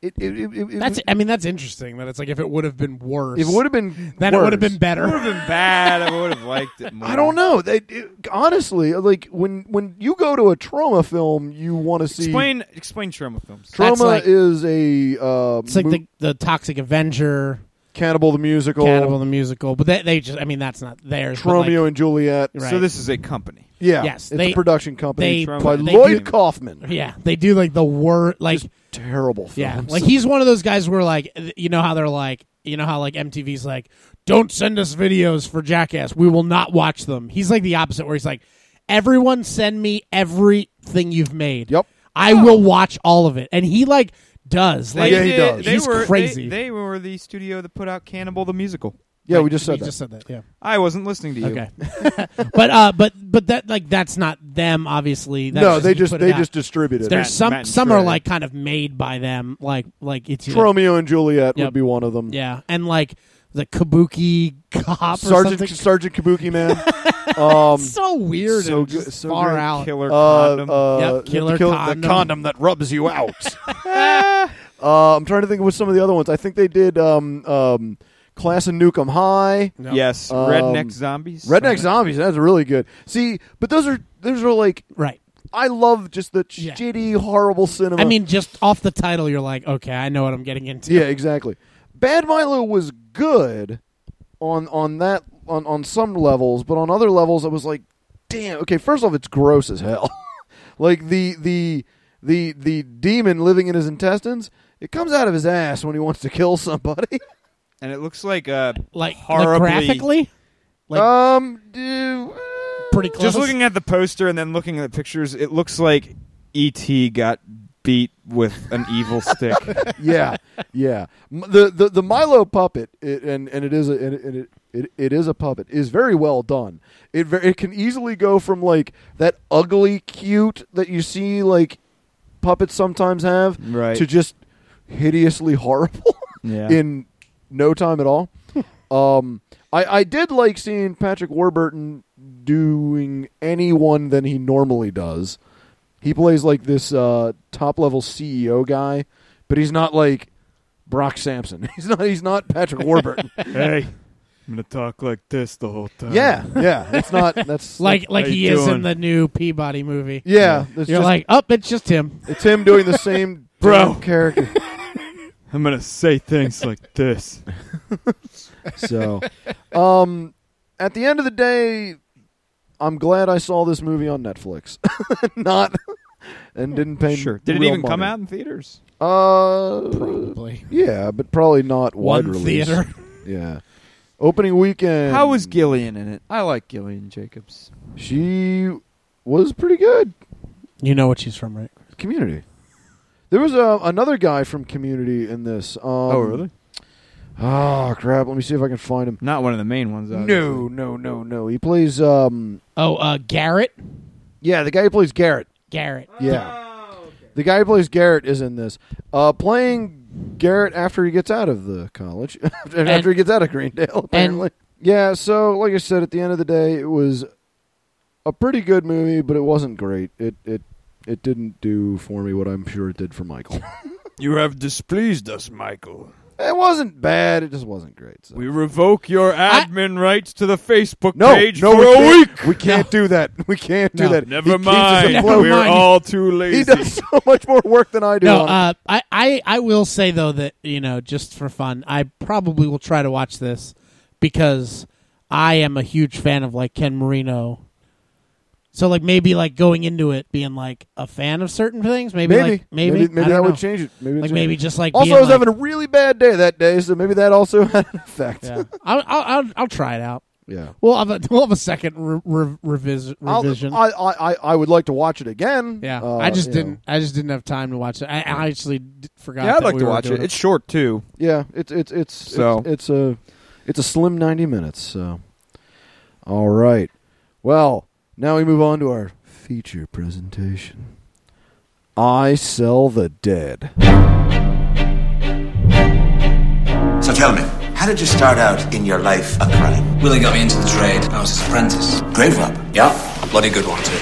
C: it it, it, it
B: That's. I mean, that's interesting. That it's like if it would have been worse,
C: it would have been
B: then it would have
C: worse.
B: been better.
A: been bad. I would have liked it more.
C: I don't know. They- it- honestly, like when when you go to a trauma film, you want to see
A: Explain explain trauma films.
C: trauma
B: That's like-
C: is a uh,
B: It's like
C: mo-
B: the the Toxic Avenger,
C: Cannibal the musical,
B: Cannibal the musical, but they, they just. I mean, that's not theirs. but, like,
C: Romeo and Juliet.
B: Right.
A: So this is a company.
C: Yeah,
B: Yes,
C: it's
B: they-
C: a production company
B: they- Trauma.
C: by
B: they
C: Lloyd
B: do-
C: Kaufman.
B: Yeah, they do like the wor like
C: Terrible films.
B: yeah, like he's one of those guys where like th- you know how they're like you know how like MTV's like don't send us videos for Jackass, we will not watch them. He's like the opposite where he's like everyone send me everything you've made.
C: Yep.
B: I
A: Oh.
B: will watch all of it, and he like does like
C: Yeah, he does.
A: They
B: He's
A: were,
B: crazy.
A: They, they were the studio that put out Cannibal the Musical.
C: yeah,
B: like,
C: we just said
B: we
C: that.
B: just said that yeah.
A: I wasn't listening to you.
B: Okay, (laughs) but uh, but but that like that's not them obviously. That's
C: no, they
B: he
C: just
B: put it
C: they
B: out.
C: just distributed.
B: there's
C: it.
B: some
A: Matt and
B: some are
A: Trey.
B: like kind of made by them like like it's either-
C: Romeo and Juliet
B: Yep.
C: would be one of them.
B: Yeah, and like the Kabuki cop or
C: Sergeant
B: something.
C: Sergeant Kabuki
B: (laughs)
C: man. um,
B: so weird
C: so
B: and
C: good-
B: just
C: so
B: far
C: great.
B: out.
A: Killer
C: uh,
A: condom.
C: uh,
B: Yep,
C: you have to
B: killer
C: kill the
B: condom.
C: condom that rubs you
B: (laughs)
C: out. (laughs) uh, I'm trying to think of what some of the other ones. I think they did um, um, Class of Nukem High,
A: yes,
C: um,
A: redneck zombies.
C: Redneck Zombies. That's really good. See, but those are those are like
B: Right.
C: I love just the
B: Yeah.
C: shitty, horrible cinema.
B: I mean, just off the title, you're like, okay, I know what I'm getting
C: (laughs)
B: into.
C: yeah, exactly. Bad Milo was good on on that on on some levels, but on other levels, I was like, damn. Okay, first off, it's gross as hell. (laughs) like the the the the demon living in his intestines. It comes out of his ass when he wants to kill somebody.
A: and it looks like uh,
B: Like, like
A: horribly.
B: graphically,
C: (laughs)
B: Like-
C: um, do,
B: pretty close.
A: Just looking at the poster and then looking at the pictures, it looks like E.T. got beat with an evil stick.
C: yeah, yeah. M- The, the the Milo puppet, it, and and it is a and it, and it, it it is a puppet is very well done. It ver- it can easily go from like that ugly cute that you see like puppets sometimes have
A: Right.
C: to just hideously horrible (laughs)
A: Yeah.
C: in no time at all. um, I I did like seeing Patrick Warburton doing anyone than he normally does. He plays like this uh, top level CEO guy, but he's not like Brock Sampson. (laughs) He's not. He's not Patrick Warburton.
A: hey, I'm gonna talk like this the whole time.
C: yeah, yeah. It's not. That's
B: (laughs) like like
A: How you
B: he is in
A: doing?
B: the new Peabody movie.
C: yeah. It's
B: You're
C: just,
B: like, oh, it's just him.
C: it's him doing the same
A: Bro.
C: damn character.
A: I'm gonna say things like this.
C: So, um, at the end of the day, I'm glad I saw this movie on Netflix, (laughs) not (laughs) and didn't pay.
A: Sure. Did it
C: real
A: even come
C: money.
A: out in theaters?
C: Uh,
B: Probably
C: yeah, but probably not wide
B: one
C: release.
B: theater.
C: (laughs) Yeah. Opening weekend.
A: How was Gillian in it? I like Gillian Jacobs.
C: She was pretty good.
B: You know what she's from, right?
C: Community. There was uh, another guy from Community in this. Um, oh Oh crap! Let me see if I can find him.
A: Not one of the main ones. Obviously.
C: No, no, no, no. He plays. Um,
B: Oh, uh, Garrett.
C: yeah, the guy who plays Garrett.
B: Garrett.
C: Yeah. The guy who plays Garrett is in this. Uh, playing Garrett after he gets out of the college, (laughs) after, after he gets out of Greendale, apparently. yeah, so like I said, at the end of the day, it was a pretty good movie, but it wasn't great. It it it didn't do for me what I'm sure it did for Michael.
E: You have displeased us, Michael.
C: it wasn't bad. It just wasn't great. So.
E: We revoke your admin rights to the Facebook
C: no,
E: page
C: no,
E: for
C: we
E: a week.
C: can't, we can't do that. (laughs) We can't do
B: No.
C: that. He
E: Never
C: keeps us
E: mind.
C: afloat.
E: We're
B: mind.
C: (laughs)
E: all too lazy.
C: He does so much more work than I do.
B: No,
C: on it.
B: uh, I, I, I will say though that you know just for fun, I probably will try to watch this because I am a huge fan of like Ken Marino. So like maybe like going into it being like a fan of certain things, maybe
C: maybe,
B: like, maybe
C: maybe,
B: I don't
C: that
B: know.
C: would change it. Maybe it
B: Like
C: changed-
B: maybe just like
C: Also,
B: being,
C: I was
B: like-
C: having a really bad day that day, so maybe that also (laughs) had an effect.
B: Yeah. I'll, I'll I'll I'll try it out.
C: Yeah.
B: We'll have a (laughs) we'll have a second re- re- revis-
C: I'll-
B: revision.
C: I, I, I, I would like to watch it again.
B: yeah,
C: Uh,
B: I just
C: you
B: didn't.
C: know.
B: I just didn't have time to watch it. I, I actually d- forgot.
A: Yeah, I'd
B: that
A: like
B: we
A: to
B: were
A: watch
B: doing
A: it. It's short too.
C: Yeah, it's it's it's
A: So.
C: it's, it's a it's a slim ninety minutes. So, all right. Well, now we move on to our feature presentation. I sell the dead.
G: So tell me, how did you start out in your life of crime?
H: Willie got me into the trade. I was his apprentice.
G: Grave rob?
H: Yeah, bloody good one too.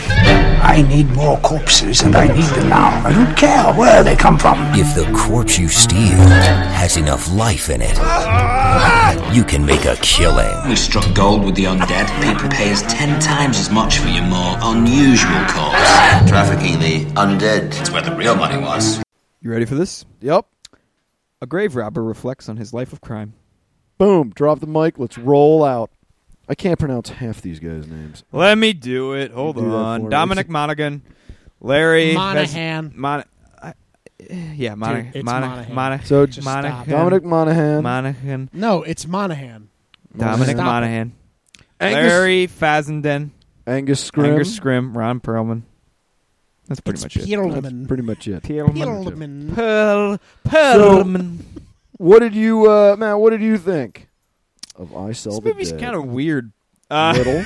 I: I need more corpses, and I need them now. I don't care where they come from.
J: If the corpse you steal has enough life in it, you can make a killing.
H: We struck gold with the undead. People pay us ten times as much for your more unusual corpse.
G: Trafficking the undead.
H: That's where the real money was.
D: You ready for this?
C: Yep.
D: A grave robber reflects on his life of crime.
C: Boom. Drop the mic. Let's roll out. I can't pronounce half these guys' names.
A: Let me do it. Hold
C: You do that for
A: on.
C: us.
A: Dominic Monaghan, Larry
B: Monahan.
A: Ves- Mon- I- yeah, Mon-
B: Dude, it's Monahan.
A: Mon- Monahan.
C: So
B: Just
A: Monahan.
B: stop.
C: Dominic Monaghan.
A: Monaghan.
B: No, it's Monahan.
A: Dominic
B: Stop it.
A: Monaghan.
C: Angus-
A: Larry Fazenden.
C: Angus Scrim.
A: Angus Scrim. Ron Perlman. That's pretty
B: It's
A: much it.
C: That's
B: Pearlman.
C: pretty much it.
B: Pearlman.
A: Perl, Perlman.
C: What did you, uh, Matt? What did you think of I Sell
A: this
C: the
A: movie's
C: Dead?
A: kind of weird. Uh,
C: (laughs) little.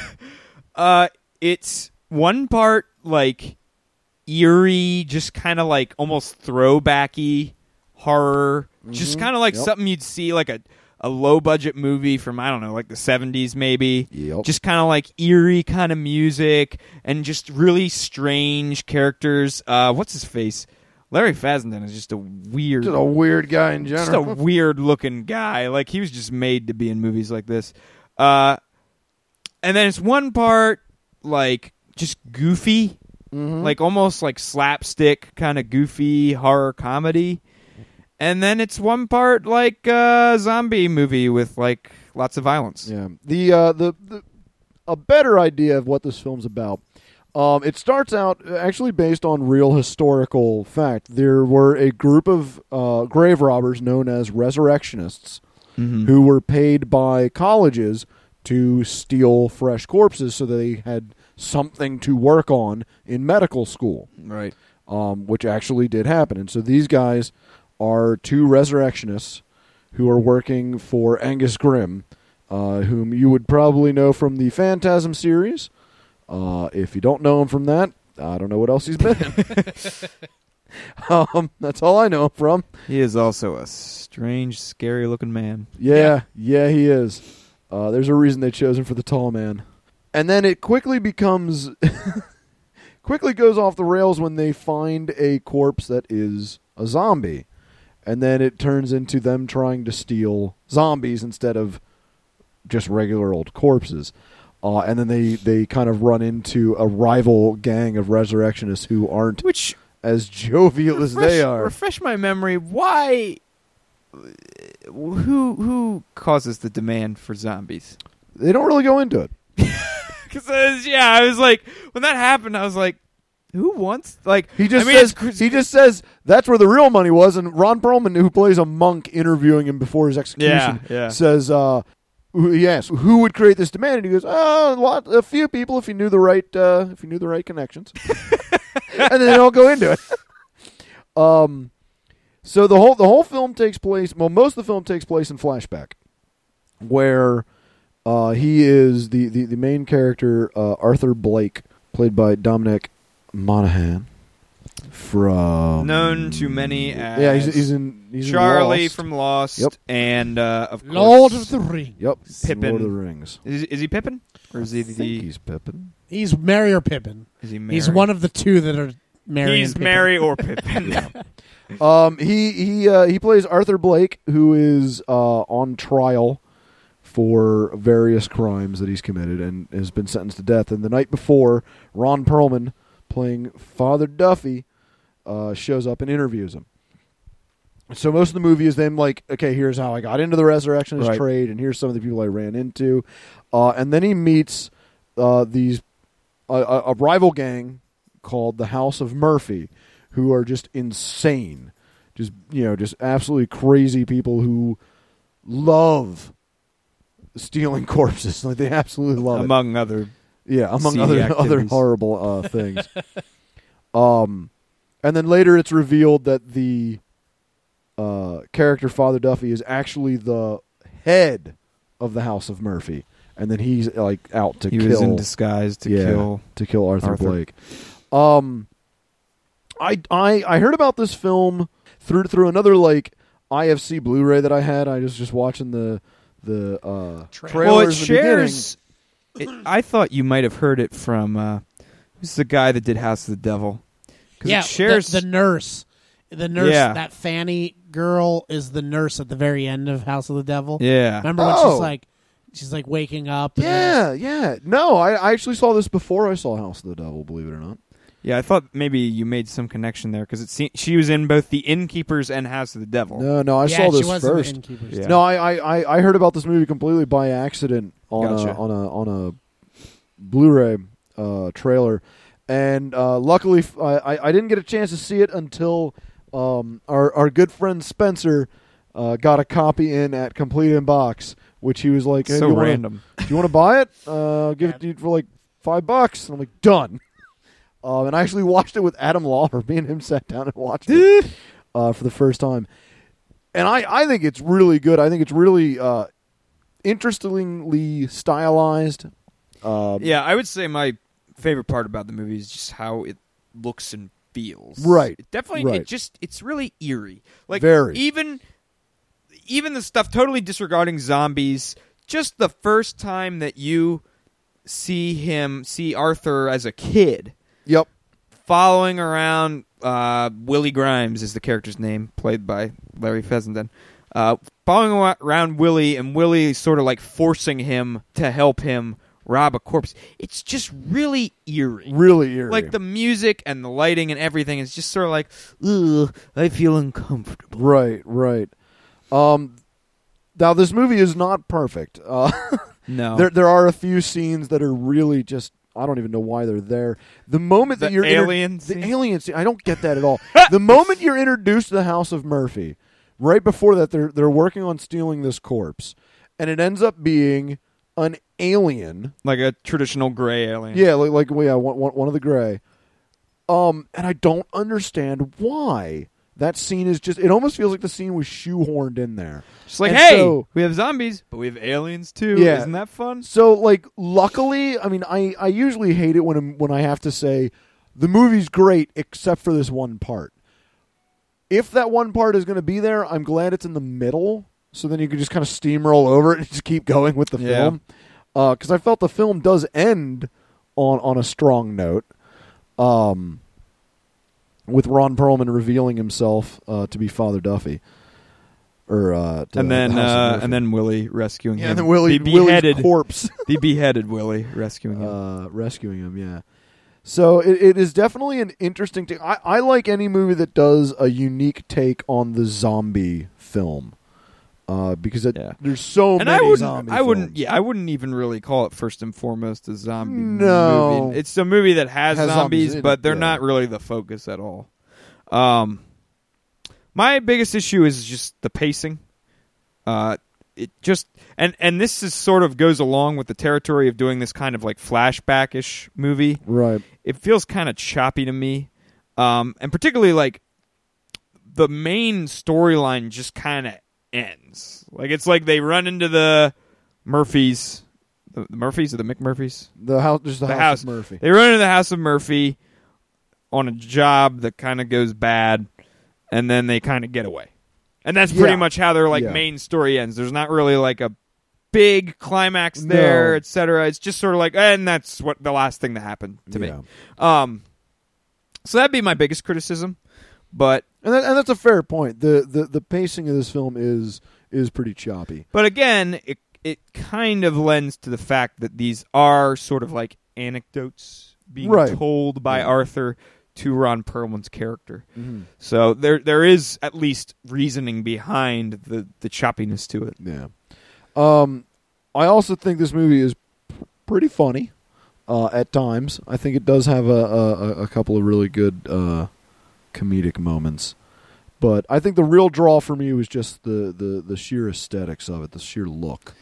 A: Uh, it's one part like eerie, just kind of like almost throwbacky horror, just kind of like
C: Mm-hmm. Yep.
A: something you'd see like a a low budget movie from I don't know, like the seventies maybe.
C: Yep.
A: Just kind of like eerie kind of music and just really strange characters. Uh, what's his face? Larry Fazenden is just a weird,
C: Just a weird guy in
A: just
C: general.
A: a weird looking guy. Like he was just made to be in movies like this. Uh, and then it's one part like just goofy, like almost like slapstick kind of goofy horror comedy. And then it's one part like uh, zombie movie with like lots of violence.
C: Yeah. The uh, the the a better idea of what this film's about. Um, it starts out actually based on real historical fact. There were a group of uh, grave robbers known as resurrectionists who were paid by colleges to steal fresh corpses so they had something to work on in medical school
D: Right.
C: um, which actually did happen. And so these guys are two resurrectionists who are working for Angus Grimm, uh, whom you would probably know from the Phantasm series. Uh, if you don't know him from that, I don't know what else he's been. (laughs) in. um, that's all I know him from.
A: He is also a strange, scary looking man.
C: Yeah, yeah, he is. Uh, there's a reason they chose him for the tall man. And then it quickly becomes, (laughs) quickly goes off the rails when they find a corpse that is a zombie, and then it turns into them trying to steal zombies instead of just regular old corpses. Uh, and then they, they kind of run into a rival gang of resurrectionists who aren't
A: Which
C: as (laughs) jovial as
A: refresh-
C: they are.
A: Refresh my memory. Why? Who who causes the demand for (laughs) zombies?
C: They don't really go into it.
A: Because uh, yeah, I was like, when that happened, I was like, who wants like
C: He just
A: I mean,
C: says
A: it's cr-
C: he just says that's where the real money was. And Ron Perlman, who plays a monk interviewing him before his execution,
A: Yeah, yeah.
C: says, uh, who- "He asks who would create this demand?" And he goes, "Oh, a lot, a few people if you knew the right, uh, if you knew the right
A: (laughs)
C: connections." and then they all go into it. um, so the whole the whole film takes place. Well, most of the film takes place in flashback, where uh, he is the, the, the main character, uh, Arthur Blake, played by Dominic Monaghan from
A: known to many as
C: yeah, he's, he's in he's in
A: Charlie
C: Lost.
A: from Lost,
C: Yep.
A: and uh, of course,
B: Lord of the Ring.
C: yep
A: Pippin.
C: Lord of the Rings.
A: Is, is he Pippin or is he the?
C: think he's Pippin.
B: He's Mary or Pippin.
A: is he Mary?
B: He's one of the two that are Mary.
A: He's
B: and Pippin.
A: Mary
C: (laughs)
A: or Pippin.
C: Um, he he uh, he plays Arthur Blake, who is uh, on trial for various crimes that he's committed and has been sentenced to death. And the night before, Ron Perlman, playing Father Duffy, uh, shows up and interviews him. So most of the movie is them like, okay, here's how I got into the Resurrectionist
A: Right.
C: trade, and here's some of the people I ran into, uh, and then he meets uh, these a, a, a rival gang called the House of Murphy, who are just insane, just you know, just absolutely crazy people who love stealing corpses. (laughs) Like they absolutely love it.
A: among other.
C: Yeah, among
A: CD
C: other (laughs) other
A: activities.
C: horrible
A: (laughs)
C: uh, things. um, and then later it's revealed that the uh, character Father Duffy is actually the head of the House of Murphy, and then he's like out to
A: He
C: kill
A: was in disguise to
C: yeah,
A: kill.
C: to kill Arthur,
A: Arthur.
C: Blake. Um, I, I I heard about this film through through another like IFC Blu-ray that I had. I was just watching the the uh, trailers.
D: well,
C: in
D: it
C: the
D: shares. It, I thought you might have heard it from uh, who's the guy that did House of the Devil? Because
B: Yeah,
D: it shares.
B: the, the nurse, the nurse,
D: Yeah.
B: that Fanny girl is the nurse at the very end of House of the Devil.
D: Yeah.
B: remember when
C: Oh.
B: she's like, she's like waking up. and
C: Yeah, yeah. No, I, I actually saw this before I saw House of the Devil. Believe it or not.
D: yeah, I thought maybe you made some connection there because it se- she was in both the Innkeepers and House of the Devil.
C: No, no, I
B: Yeah,
C: saw
B: she
C: this
B: was in the
C: first.
B: Innkeepers.
D: Yeah.
C: No, I, I, I- I heard about this movie completely by accident on
D: Gotcha.
C: a, on a on a Blu-ray uh, trailer, and uh, luckily f- I, I- I didn't get a chance to see it until um, our our good friend Spencer uh, got a copy in at Complete in Box, which he was like, hey,
D: so
C: do you wanna-
D: random.
C: do you want to buy it? Uh, I'll give it to you for like five bucks. And I'm like, done. Um, and I actually (laughs) watched it with Adam Lawler. Me and him sat down and
D: (laughs)
C: watched it uh, for the first time. And I, I think it's really good. I think it's really uh, interestingly stylized. Um,
A: Yeah, I would say my favorite part about the movie is just how it looks and feels.
C: Right,
A: It definitely
C: right.
A: it just it's really eerie. Like
C: Very.
A: even even the stuff totally disregarding zombies, just the first time that you see him see Arthur as a kid
C: Yep.
A: following around uh, Willie Grimes is the character's name, played by Larry Fessenden. Uh, following wa- around Willie, and Willie sort of like forcing him to help him rob a corpse. It's just really eerie.
C: Really eerie.
A: Like the music and the lighting and everything is just sort of like, ugh, I feel uncomfortable.
C: Right, right. Um, now, this movie is not perfect. Uh, (laughs)
D: No,
C: there, there are a few scenes that are really just. I don't even know why they're there. The moment
A: The
C: that you're
A: alien
C: the
A: scene?
C: alien scene, I don't get that
A: (laughs)
C: at all. the moment you're introduced to the House of Murphy, right before that, they're they're working on stealing this corpse, and it ends up being an alien.
A: like a traditional gray alien.
C: Yeah, like like well, yeah, one, one, one of the gray. Um, and I don't understand why that scene is just. It almost feels like the scene was shoehorned in there.
A: Just like,
C: And
A: hey,
C: so-
A: we have zombies, but we have aliens too.
C: Yeah.
A: Isn't that fun?
C: So like luckily, I mean I I usually hate it when I'm- when I have to say the movie's great except for this one part. If that one part is going to be there, I'm glad it's in the middle so then you can just kind of steamroll over it and just keep going with the
D: Yeah.
C: film. Uh 'cause cuz I felt the film does end on on a strong note. Um with Ron Perlman revealing himself uh, to be Father Duffy, or uh, to
D: and then
C: the House of
D: uh,
C: Murphy.
D: and then Willie rescuing
C: yeah,
D: him.
C: and then Willie,
D: the
C: Willie's
D: beheaded,
C: corpse.
D: the beheaded Willie rescuing him.
C: uh, rescuing him. Yeah. So it, it is definitely an interesting take. I, I like any movie that does a unique take on the zombie film uh, because it,
D: Yeah.
C: there's so
A: and I
C: many
A: wouldn't,
C: zombie
A: I wouldn't,
C: films.
A: yeah, I wouldn't even really call it first and foremost a zombie
C: No.
A: movie. It's a movie that has,
C: Has zombies
A: zombies,
C: in it,
A: but they're
C: yeah.
A: not really the focus at all. Um, my biggest issue is just the pacing. Uh, it just and and this is sort of goes along with the territory of doing this kind of like flashback ish movie
C: Right.
A: it feels kind of choppy to me um, and particularly like the main storyline just kind of ends like it's like they run into the murphys the, the murphys or the mcmurphys
C: The house, just the,
A: The
C: house, of
A: house.
C: Murphy.
A: they run into the house of murphy on a job that kind of goes bad and then they kind of get away and that's pretty
C: Yeah.
A: much how their like
C: Yeah.
A: main story ends there's not really like a big climax there
C: No.
A: etc it's just sort of like and that's what the last thing that happened to me
C: Yeah.
A: um, so that'd be my biggest criticism. But
C: and, that, and that's a fair point. The, the the pacing of this film is is pretty choppy.
A: but again, it it kind of lends to the fact that these are sort of like anecdotes being
C: Right.
A: told by
C: Yeah. Mm-hmm.
A: Arthur to Ron Perlman's character. So there there is at least reasoning behind the the choppiness to it.
C: Yeah. Um, I also think this movie is p- pretty funny uh, at times. I think it does have a, a, a- a couple of really good uh, comedic moments. But I think the real draw for me was just the, the, the sheer aesthetics of it, the sheer look.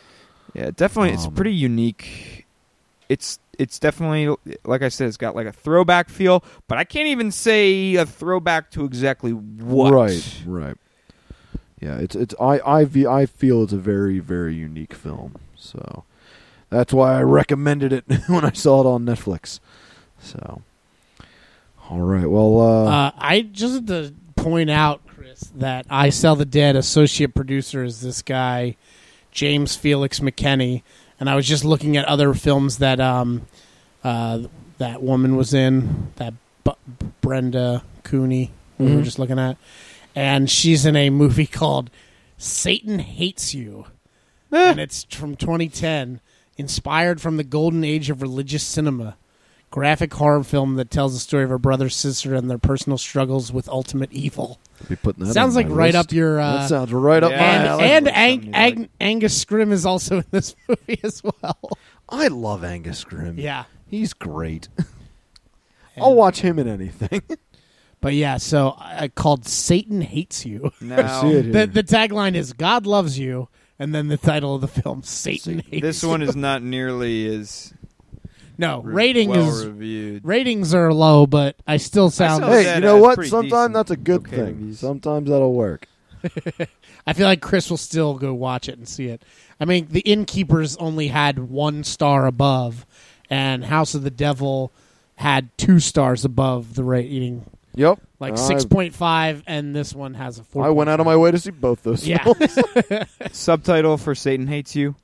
A: Yeah, definitely, it's
C: Um,
A: pretty unique. It's it's definitely like I said, it's got like a throwback feel, but I can't even say a throwback to exactly what.
C: Right, right. Yeah, it's it's I I, ve- I feel it's a very very unique film. So (laughs) that's why I recommended it when I saw it on Netflix. So All right. Well, uh,
B: Uh, I just had to point out, Chris, that I Sell the Dead associate producer is this guy, James Felix McKenney, and I was just looking at other films that um, uh, that woman was in, that B- Brenda Cooney we were
K: Mhm.
B: just looking at, and she's in a movie (laughs) called Satan Hates You, and it's from 2010, inspired from the golden age of religious cinema graphic horror film that tells the story of a brother, sister, and their personal struggles with ultimate evil.
C: be putting that
B: sounds
C: on
B: like
C: my
B: right
C: list.
B: up your. Uh,
C: That sounds right up my
B: and,
C: alley.
B: And Ang- Ang- Angus Scrim is also in this (laughs) movie as well.
C: I love Angus Grimm.
B: Yeah.
C: he's
B: (laughs)
C: great. (laughs) I'll watch him in anything.
B: But yeah, so I called Satan Hates You.
C: I (laughs) see it here.
B: the, the tagline is God Loves You, and then the title of the film, Satan Hates
A: This
B: You.
A: one is not nearly as
B: No,
A: re-
B: rating
A: well
B: is.
A: reviewed.
B: Ratings are low, but I still sound.
C: hey, you know what? Sometimes that's a good thing. Sometimes that'll work.
B: I feel like Chris will still go watch it and see it. I mean, the innkeepers only had one star above, and House of the Devil had two stars above the rating,
C: Yep.
B: like
A: Uh,
C: I-
B: six point five, and this one has a four.
C: I went out of my way to see both those
A: (laughs)
B: Yeah.
C: films.
A: Subtitle for Satan hates you.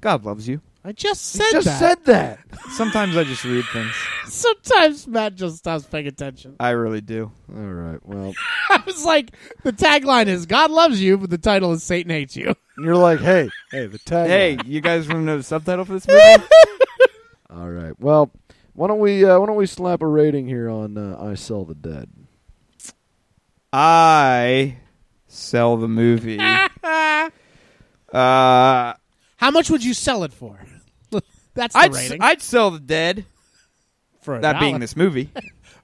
A: God loves you.
B: I just (laughs) said
C: Just
B: that.
C: said that.
A: Sometimes I just read things.
B: (laughs) Sometimes Matt just stops paying attention. (laughs)
A: I really do.
C: All right. Well,
B: I was like, the tagline is "God loves you," but the title is "Satan hates you."
C: you're like, hey, hey, the tag.
A: Hey, you guys want to know the subtitle for
B: (laughs)
A: this movie?
C: All right. Well, why don't we uh, why don't we slap a rating here on uh, I Sell the Dead?
A: I sell
B: (laughs)
A: the movie. Uh,
B: How much would you sell it for? That's the
A: I'd, s-
B: rating
A: I'd sell the dead.
B: for a
A: That
B: dollar.
A: being
B: (laughs)
A: this movie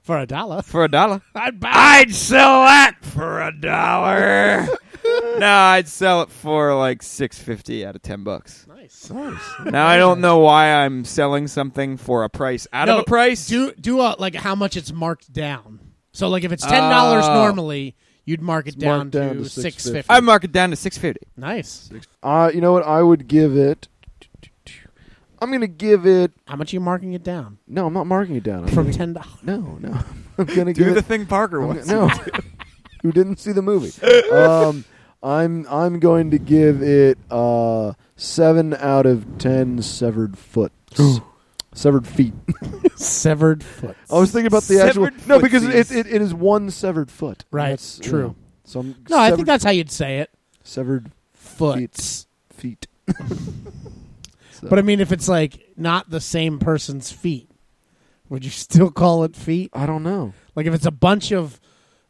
B: for a dollar. (laughs)
A: for a dollar.
B: I'd buy.
A: I'd sell that for a dollar. no, I'd sell it for like six fifty out of ten bucks.
B: Nice.
A: Now I don't know why I'm selling something for a price out
B: No,
A: of a price.
B: Do do a, like how much it's marked down. So like if it's ten dollars
A: Oh.
B: normally, you'd mark it down,
C: marked down
B: to
C: to
B: six
C: $6.50.
B: fifty.
A: I mark it down to six fifty.
B: nice.
C: Uh, you know what? I would give it. I'm gonna give it.
B: How much are you marking it down
C: No, I'm not marking it down. I'm
B: from
C: gonna-
B: ten dollars?
C: (laughs) No, no. I'm gonna
A: Do
C: give
A: the
C: it.
A: thing Parker
C: I'm
A: wants.
C: gonna- no, who didn't see the movie? Um, I'm I'm going to give it uh seven out of ten severed foot. (gasps) Severed feet.
B: Severed foot.
C: I
A: Oh,
C: was thinking about the
A: Severed
C: actual no, because
A: footsies.
C: it, it, it is one severed foot.
B: Right,
C: That's
B: true.
C: yeah. So I'm
B: no, I
C: severed,
B: think that's how you'd say it.
C: severed
B: Foots.
C: (laughs) feet. So-
B: But I mean, if it's like not the same person's feet, would you still call it feet?
C: I don't know.
B: Like if it's a bunch of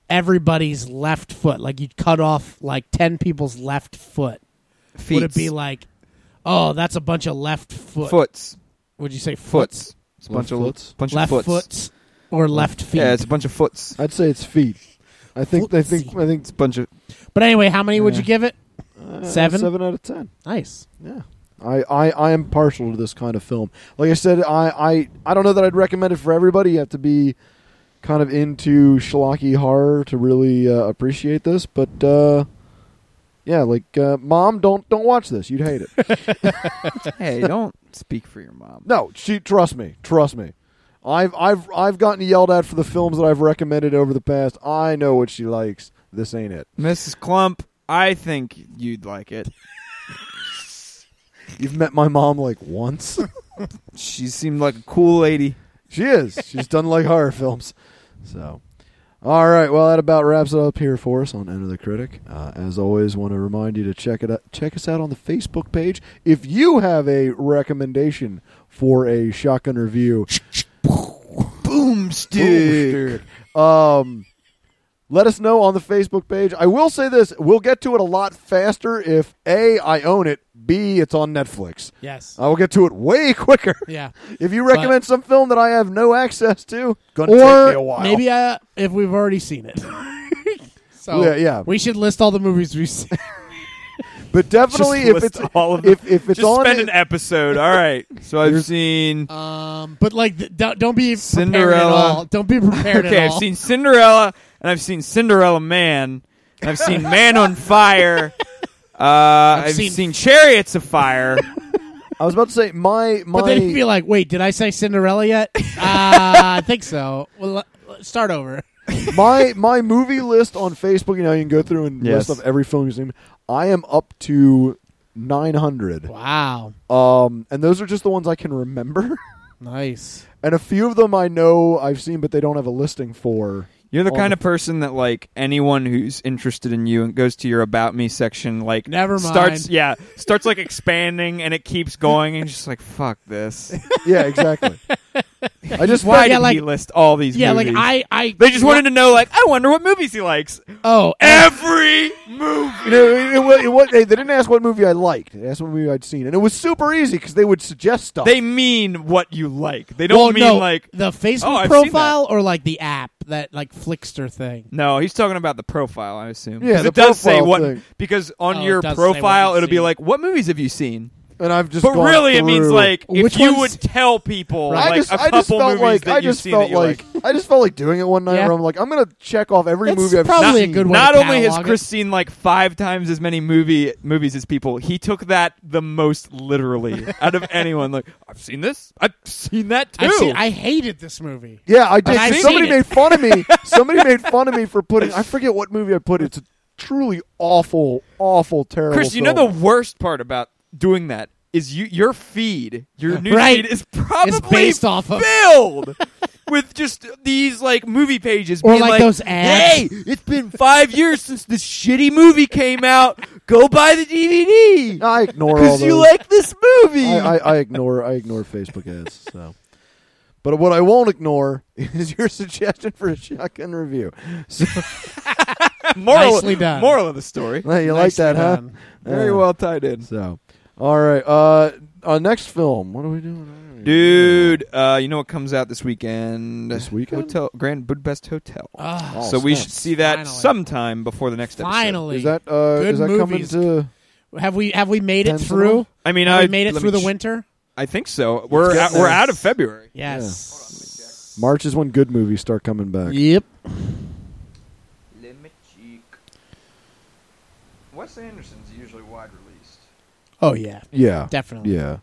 B: everybody's left foot, like you'd cut off like ten people's left foot. Would it
A: Feets.
B: be like, oh, that's a bunch of left foot?
A: foots?
B: Would you say foots?
A: Foots. It's a bunch
C: Left foots?
A: of bunch
B: left
A: of foots.
B: foots or left feet.
A: Yeah, it's a bunch of foots.
C: I'd say it's feet. I think I think I think
A: It's a bunch of
B: but anyway, how many would you
A: Yeah.
B: give it?
C: uh,
B: Seven?
C: seven out of ten.
B: Nice.
C: Yeah. I, I, I am partial to this kind of film. Like I said, I, I, I don't know that I'd recommend it for everybody. You have to be kind of into schlocky horror to really uh, appreciate this. But uh, yeah, like uh, mom, don't don't watch this. You'd hate it.
B: (laughs)
A: hey, don't speak for your mom.
C: no, she trust me, trust me. I've I've I've gotten yelled at for the films that I've recommended over the past. I know what she likes. This ain't it.
A: Mrs. Clump, I think you'd like it.
C: You've met my mom like once.
A: She seemed like a cool lady.
C: She is. She's done like horror films. So, all right. Well, that about wraps it up here for us on Enter the Critic. Uh, as always, want to remind you to check it out, check us out on the Facebook page. If you have a recommendation for a shotgun review,
A: Boomstick.
C: um, let us know on the Facebook page. I will say this: we'll get to it a lot faster if a I own it, b it's on Netflix.
B: Yes.
A: Uh,
C: I will get to it way (laughs) quicker.
B: yeah.
C: If you recommend some film that I have no access to, gonna take me a
B: Or
C: while.
B: maybe uh, if we've already seen it. (laughs) so
C: Yeah, yeah.
B: we should list all the movies we've
A: (laughs)
B: seen.
C: But definitely, if
A: list
C: it's
A: all of
C: if, if it's
A: Just
C: on
A: spend
C: it-
A: an episode. All right. (laughs) So I've seen.
B: Um, but like, th- don't, don't be prepared at
A: Cinderella.
B: all. Don't be prepared
A: (laughs) Okay,
B: at
A: I've
B: all.
A: seen Cinderella, and I've seen Cinderella Man, and I've seen Man
B: (laughs)
A: on Fire. Uh, I've,
B: seen-
A: seen, Chariots of
B: (laughs)
A: Fire.
C: I was about to say my my
A: (laughs)
B: but then you'd be like, wait, did I say Cinderella yet? uh, I think so. Well, l- start start over.
C: (laughs) my my movie list on Facebook. You know, you can go through and
D: Yes.
C: list of every film you've seen. I am up to nine hundred.
B: Wow,
C: Um, and those are just the ones I can remember. (laughs)
B: nice.
C: and a few of them I know I've seen, but they don't have a listing for.
A: You're the
C: All
A: kind
C: the-
A: of person that like anyone who's interested in you and goes to your about me section like
B: Never
A: starts
B: mind.
A: yeah starts like expanding and it keeps going and you're just like fuck
B: (laughs)
A: this
C: Yeah, exactly. I just
A: why
B: Yeah,
A: did
B: like-
A: he list all these
B: Yeah,
A: movies?
B: like I, I.
A: they just wanted to know like I wonder what movies he likes
B: Oh,
A: every movie
C: You know, it, it, wa- it, wa- they didn't ask what movie I liked. They asked what movie I'd seen, and it was super easy because they would suggest stuff.
A: they mean what you like they don't
B: well,
A: mean
B: no,
A: like
B: the
A: "Oh,
B: Facebook
A: I've seen
B: profile or like the app that like Flickster thing.
A: No, he's talking about the profile, I assume.
C: Yeah,
A: 'Cause
C: the
A: it does say
C: profile
A: what
C: thing.
A: because on
B: Oh,
A: your
B: it does say what
A: profile
B: you've
A: it'll be
B: seen.
A: like what movies have you seen?
C: and I've just
A: But
C: gone
A: really it means
C: through.
A: like if
B: Which
A: you
B: ones-
A: would tell people
C: I
A: like
C: just
A: a
C: I
A: couple
C: just felt
A: movies
C: like
A: that
C: I
A: you've
C: just
A: seen
C: felt
A: that you're like,
C: like, I just felt like doing it one night
B: Yeah.
C: where I'm like I'm gonna check off every
B: It's
C: movie I've
B: probably a
C: seen.
B: good way
A: not
B: to
A: only has
B: catalog
A: Chris
B: it.
A: seen like 5 times as many movie movies as people, he took that the
C: (laughs)
A: most literally out of anyone like I've seen this. I've seen that too.
B: I see. I hated this movie.
C: Yeah, I did.
B: I've seen
C: somebody
B: it.
C: made fun of
A: (laughs)
C: me. somebody made fun of me for putting. I forget what movie I put. It's a truly awful, awful, terrible.
A: Chris, you know the
C: film.
A: worst part about doing that is you your feed, your
B: (laughs)
A: news
B: Right.
A: feed is probably
B: based off of-
A: filled (laughs) with just these like movie pages
B: Or
A: being
B: like those ads.
A: Hey, it's been five years since this shitty movie came out. Go buy the
B: Oh,
A: DVD
C: I ignore all
A: because
C: those.
A: you like this movie.
C: I, I, I ignore I ignore Facebook ads. So, but what I won't ignore (laughs) is your suggestion for a shotgun review. (laughs) So,
A: (laughs) moral,
B: Nicely done. Uh,
A: Moral of the story.
C: hey, you like
B: Nicely
C: that, huh?
B: done.
A: Very
C: Uh,
A: well tied in,
C: So, all right. Uh, our next film. What are we doing
A: dude. Uh, you know what comes out this weekend?
C: This weekend?
A: Hotel Grand Budapest Hotel.
B: Ugh,
C: Oh,
A: so we
C: snap.
A: should see that
B: Finally.
A: sometime before the next episode.
B: finally,
C: Is that uh,
B: Good
C: is that coming
B: movies.
C: to?
B: have we have we made it
C: Tens of
B: through?
C: them?
A: I mean,
B: Have
A: I
B: we made it
A: let
B: through
A: me
B: the
A: ch-
B: winter.
A: I think so. We're
C: get
A: out, we're
C: this.
A: out of February.
B: Yes.
C: March is when good movies start coming back.
B: Yep.
D: Wes Anderson's usually wide released.
B: Oh yeah,
C: Yeah,
B: definitely.
C: yeah,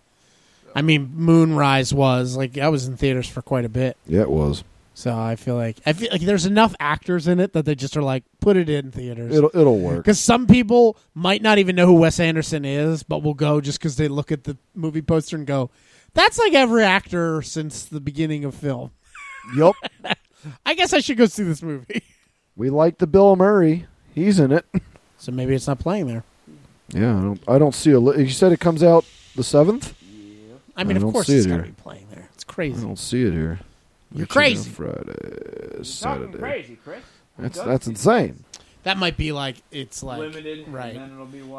B: I mean, Moonrise was like I was in theaters for quite a bit,
C: yeah. It was.
B: so I feel like I feel like there's enough actors in it that they just are like put it in theaters.
C: It'll it'll work.
B: (laughs) Because some people might not even know who Wes Anderson is, but will go just because they look at the movie poster and go, "That's like every actor since the beginning of film."
C: Yup.
B: I guess I should go see this movie. (laughs)
C: We like the Bill Murray. He's in it.
B: So maybe it's not playing there.
C: Yeah, I don't. I don't see a. Li- you said it comes out the seventh.
B: I
C: I
B: mean, of
C: don't
B: course
C: see
B: it's
C: it
B: got to be
C: here.
B: playing there. It's
C: I
B: crazy.
C: don't see it here. Check it
B: You're
C: out
B: crazy.
C: Friday, Saturday. Crazy, Chris. That's that's insane.
B: That might be like it's like right.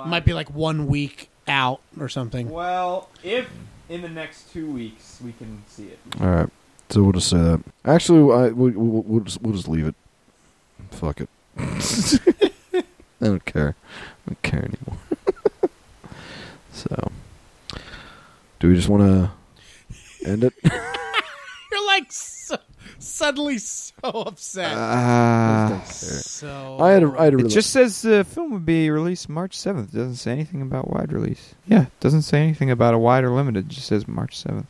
B: might be like one week out or something.
A: Well, if in the next two weeks we can see it.
C: All right, so we'll just say that. Actually, I we, we'll, we'll just we'll just leave it. Fuck it. (laughs) I don't care. I don't care anymore. (laughs) so, do we just want to end it?
B: You're like so, suddenly so upset.
A: Uh,
B: so
C: I had a, I had a
A: it
C: really
A: just says the film would be released March 7th. It doesn't say anything about wide release. Yeah, it doesn't say anything about a wide or limited. It just says March 7th.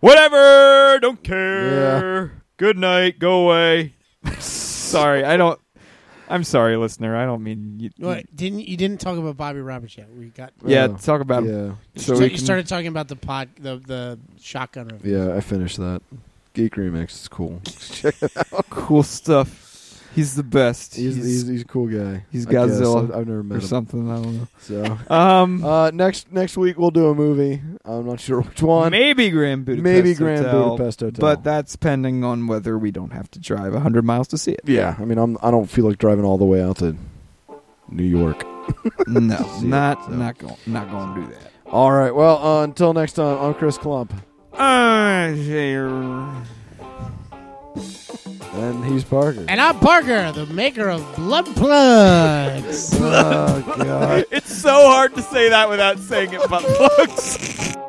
A: Whatever, don't care. Good night, go away. (laughs) sorry, I don't I'm sorry, listener. I don't mean you,
B: Wait, didn't you didn't talk about Bobby Roberts yet? We got
A: Yeah,
C: Oh,
A: talk about him.
C: yeah
A: So
B: you,
A: we
B: you
A: can-
B: started talking about the pod the the shotgun review.
C: yeah. I finished that geek remix. It's (laughs) cool.
A: cool stuff. He's the best.
C: He's he's, he's, a cool guy.
A: he's
C: I guess.
A: Godzilla
C: I've, I've never met
A: or
C: him.
A: something. I don't know.
C: So
A: Um,
C: uh, next next week we'll do a movie. I'm not sure which one.
A: maybe Grand Budapest.
C: Maybe Grand
A: Hotel,
C: Budapest Hotel.
A: but that's pending on whether we don't have to drive hundred miles to see it.
C: yeah, I mean, I'm I don't feel like driving all the way out to New York.
A: (laughs) No,
C: See it,
A: not
C: so.
A: not going not going to do that.
C: All right. Well, uh, until next time, I'm Chris Klump, and he's Parker.
B: And I'm Parker, the maker of blood plugs.
C: oh God.
A: Uh, (laughs) it's so hard to say that without saying it, but looks.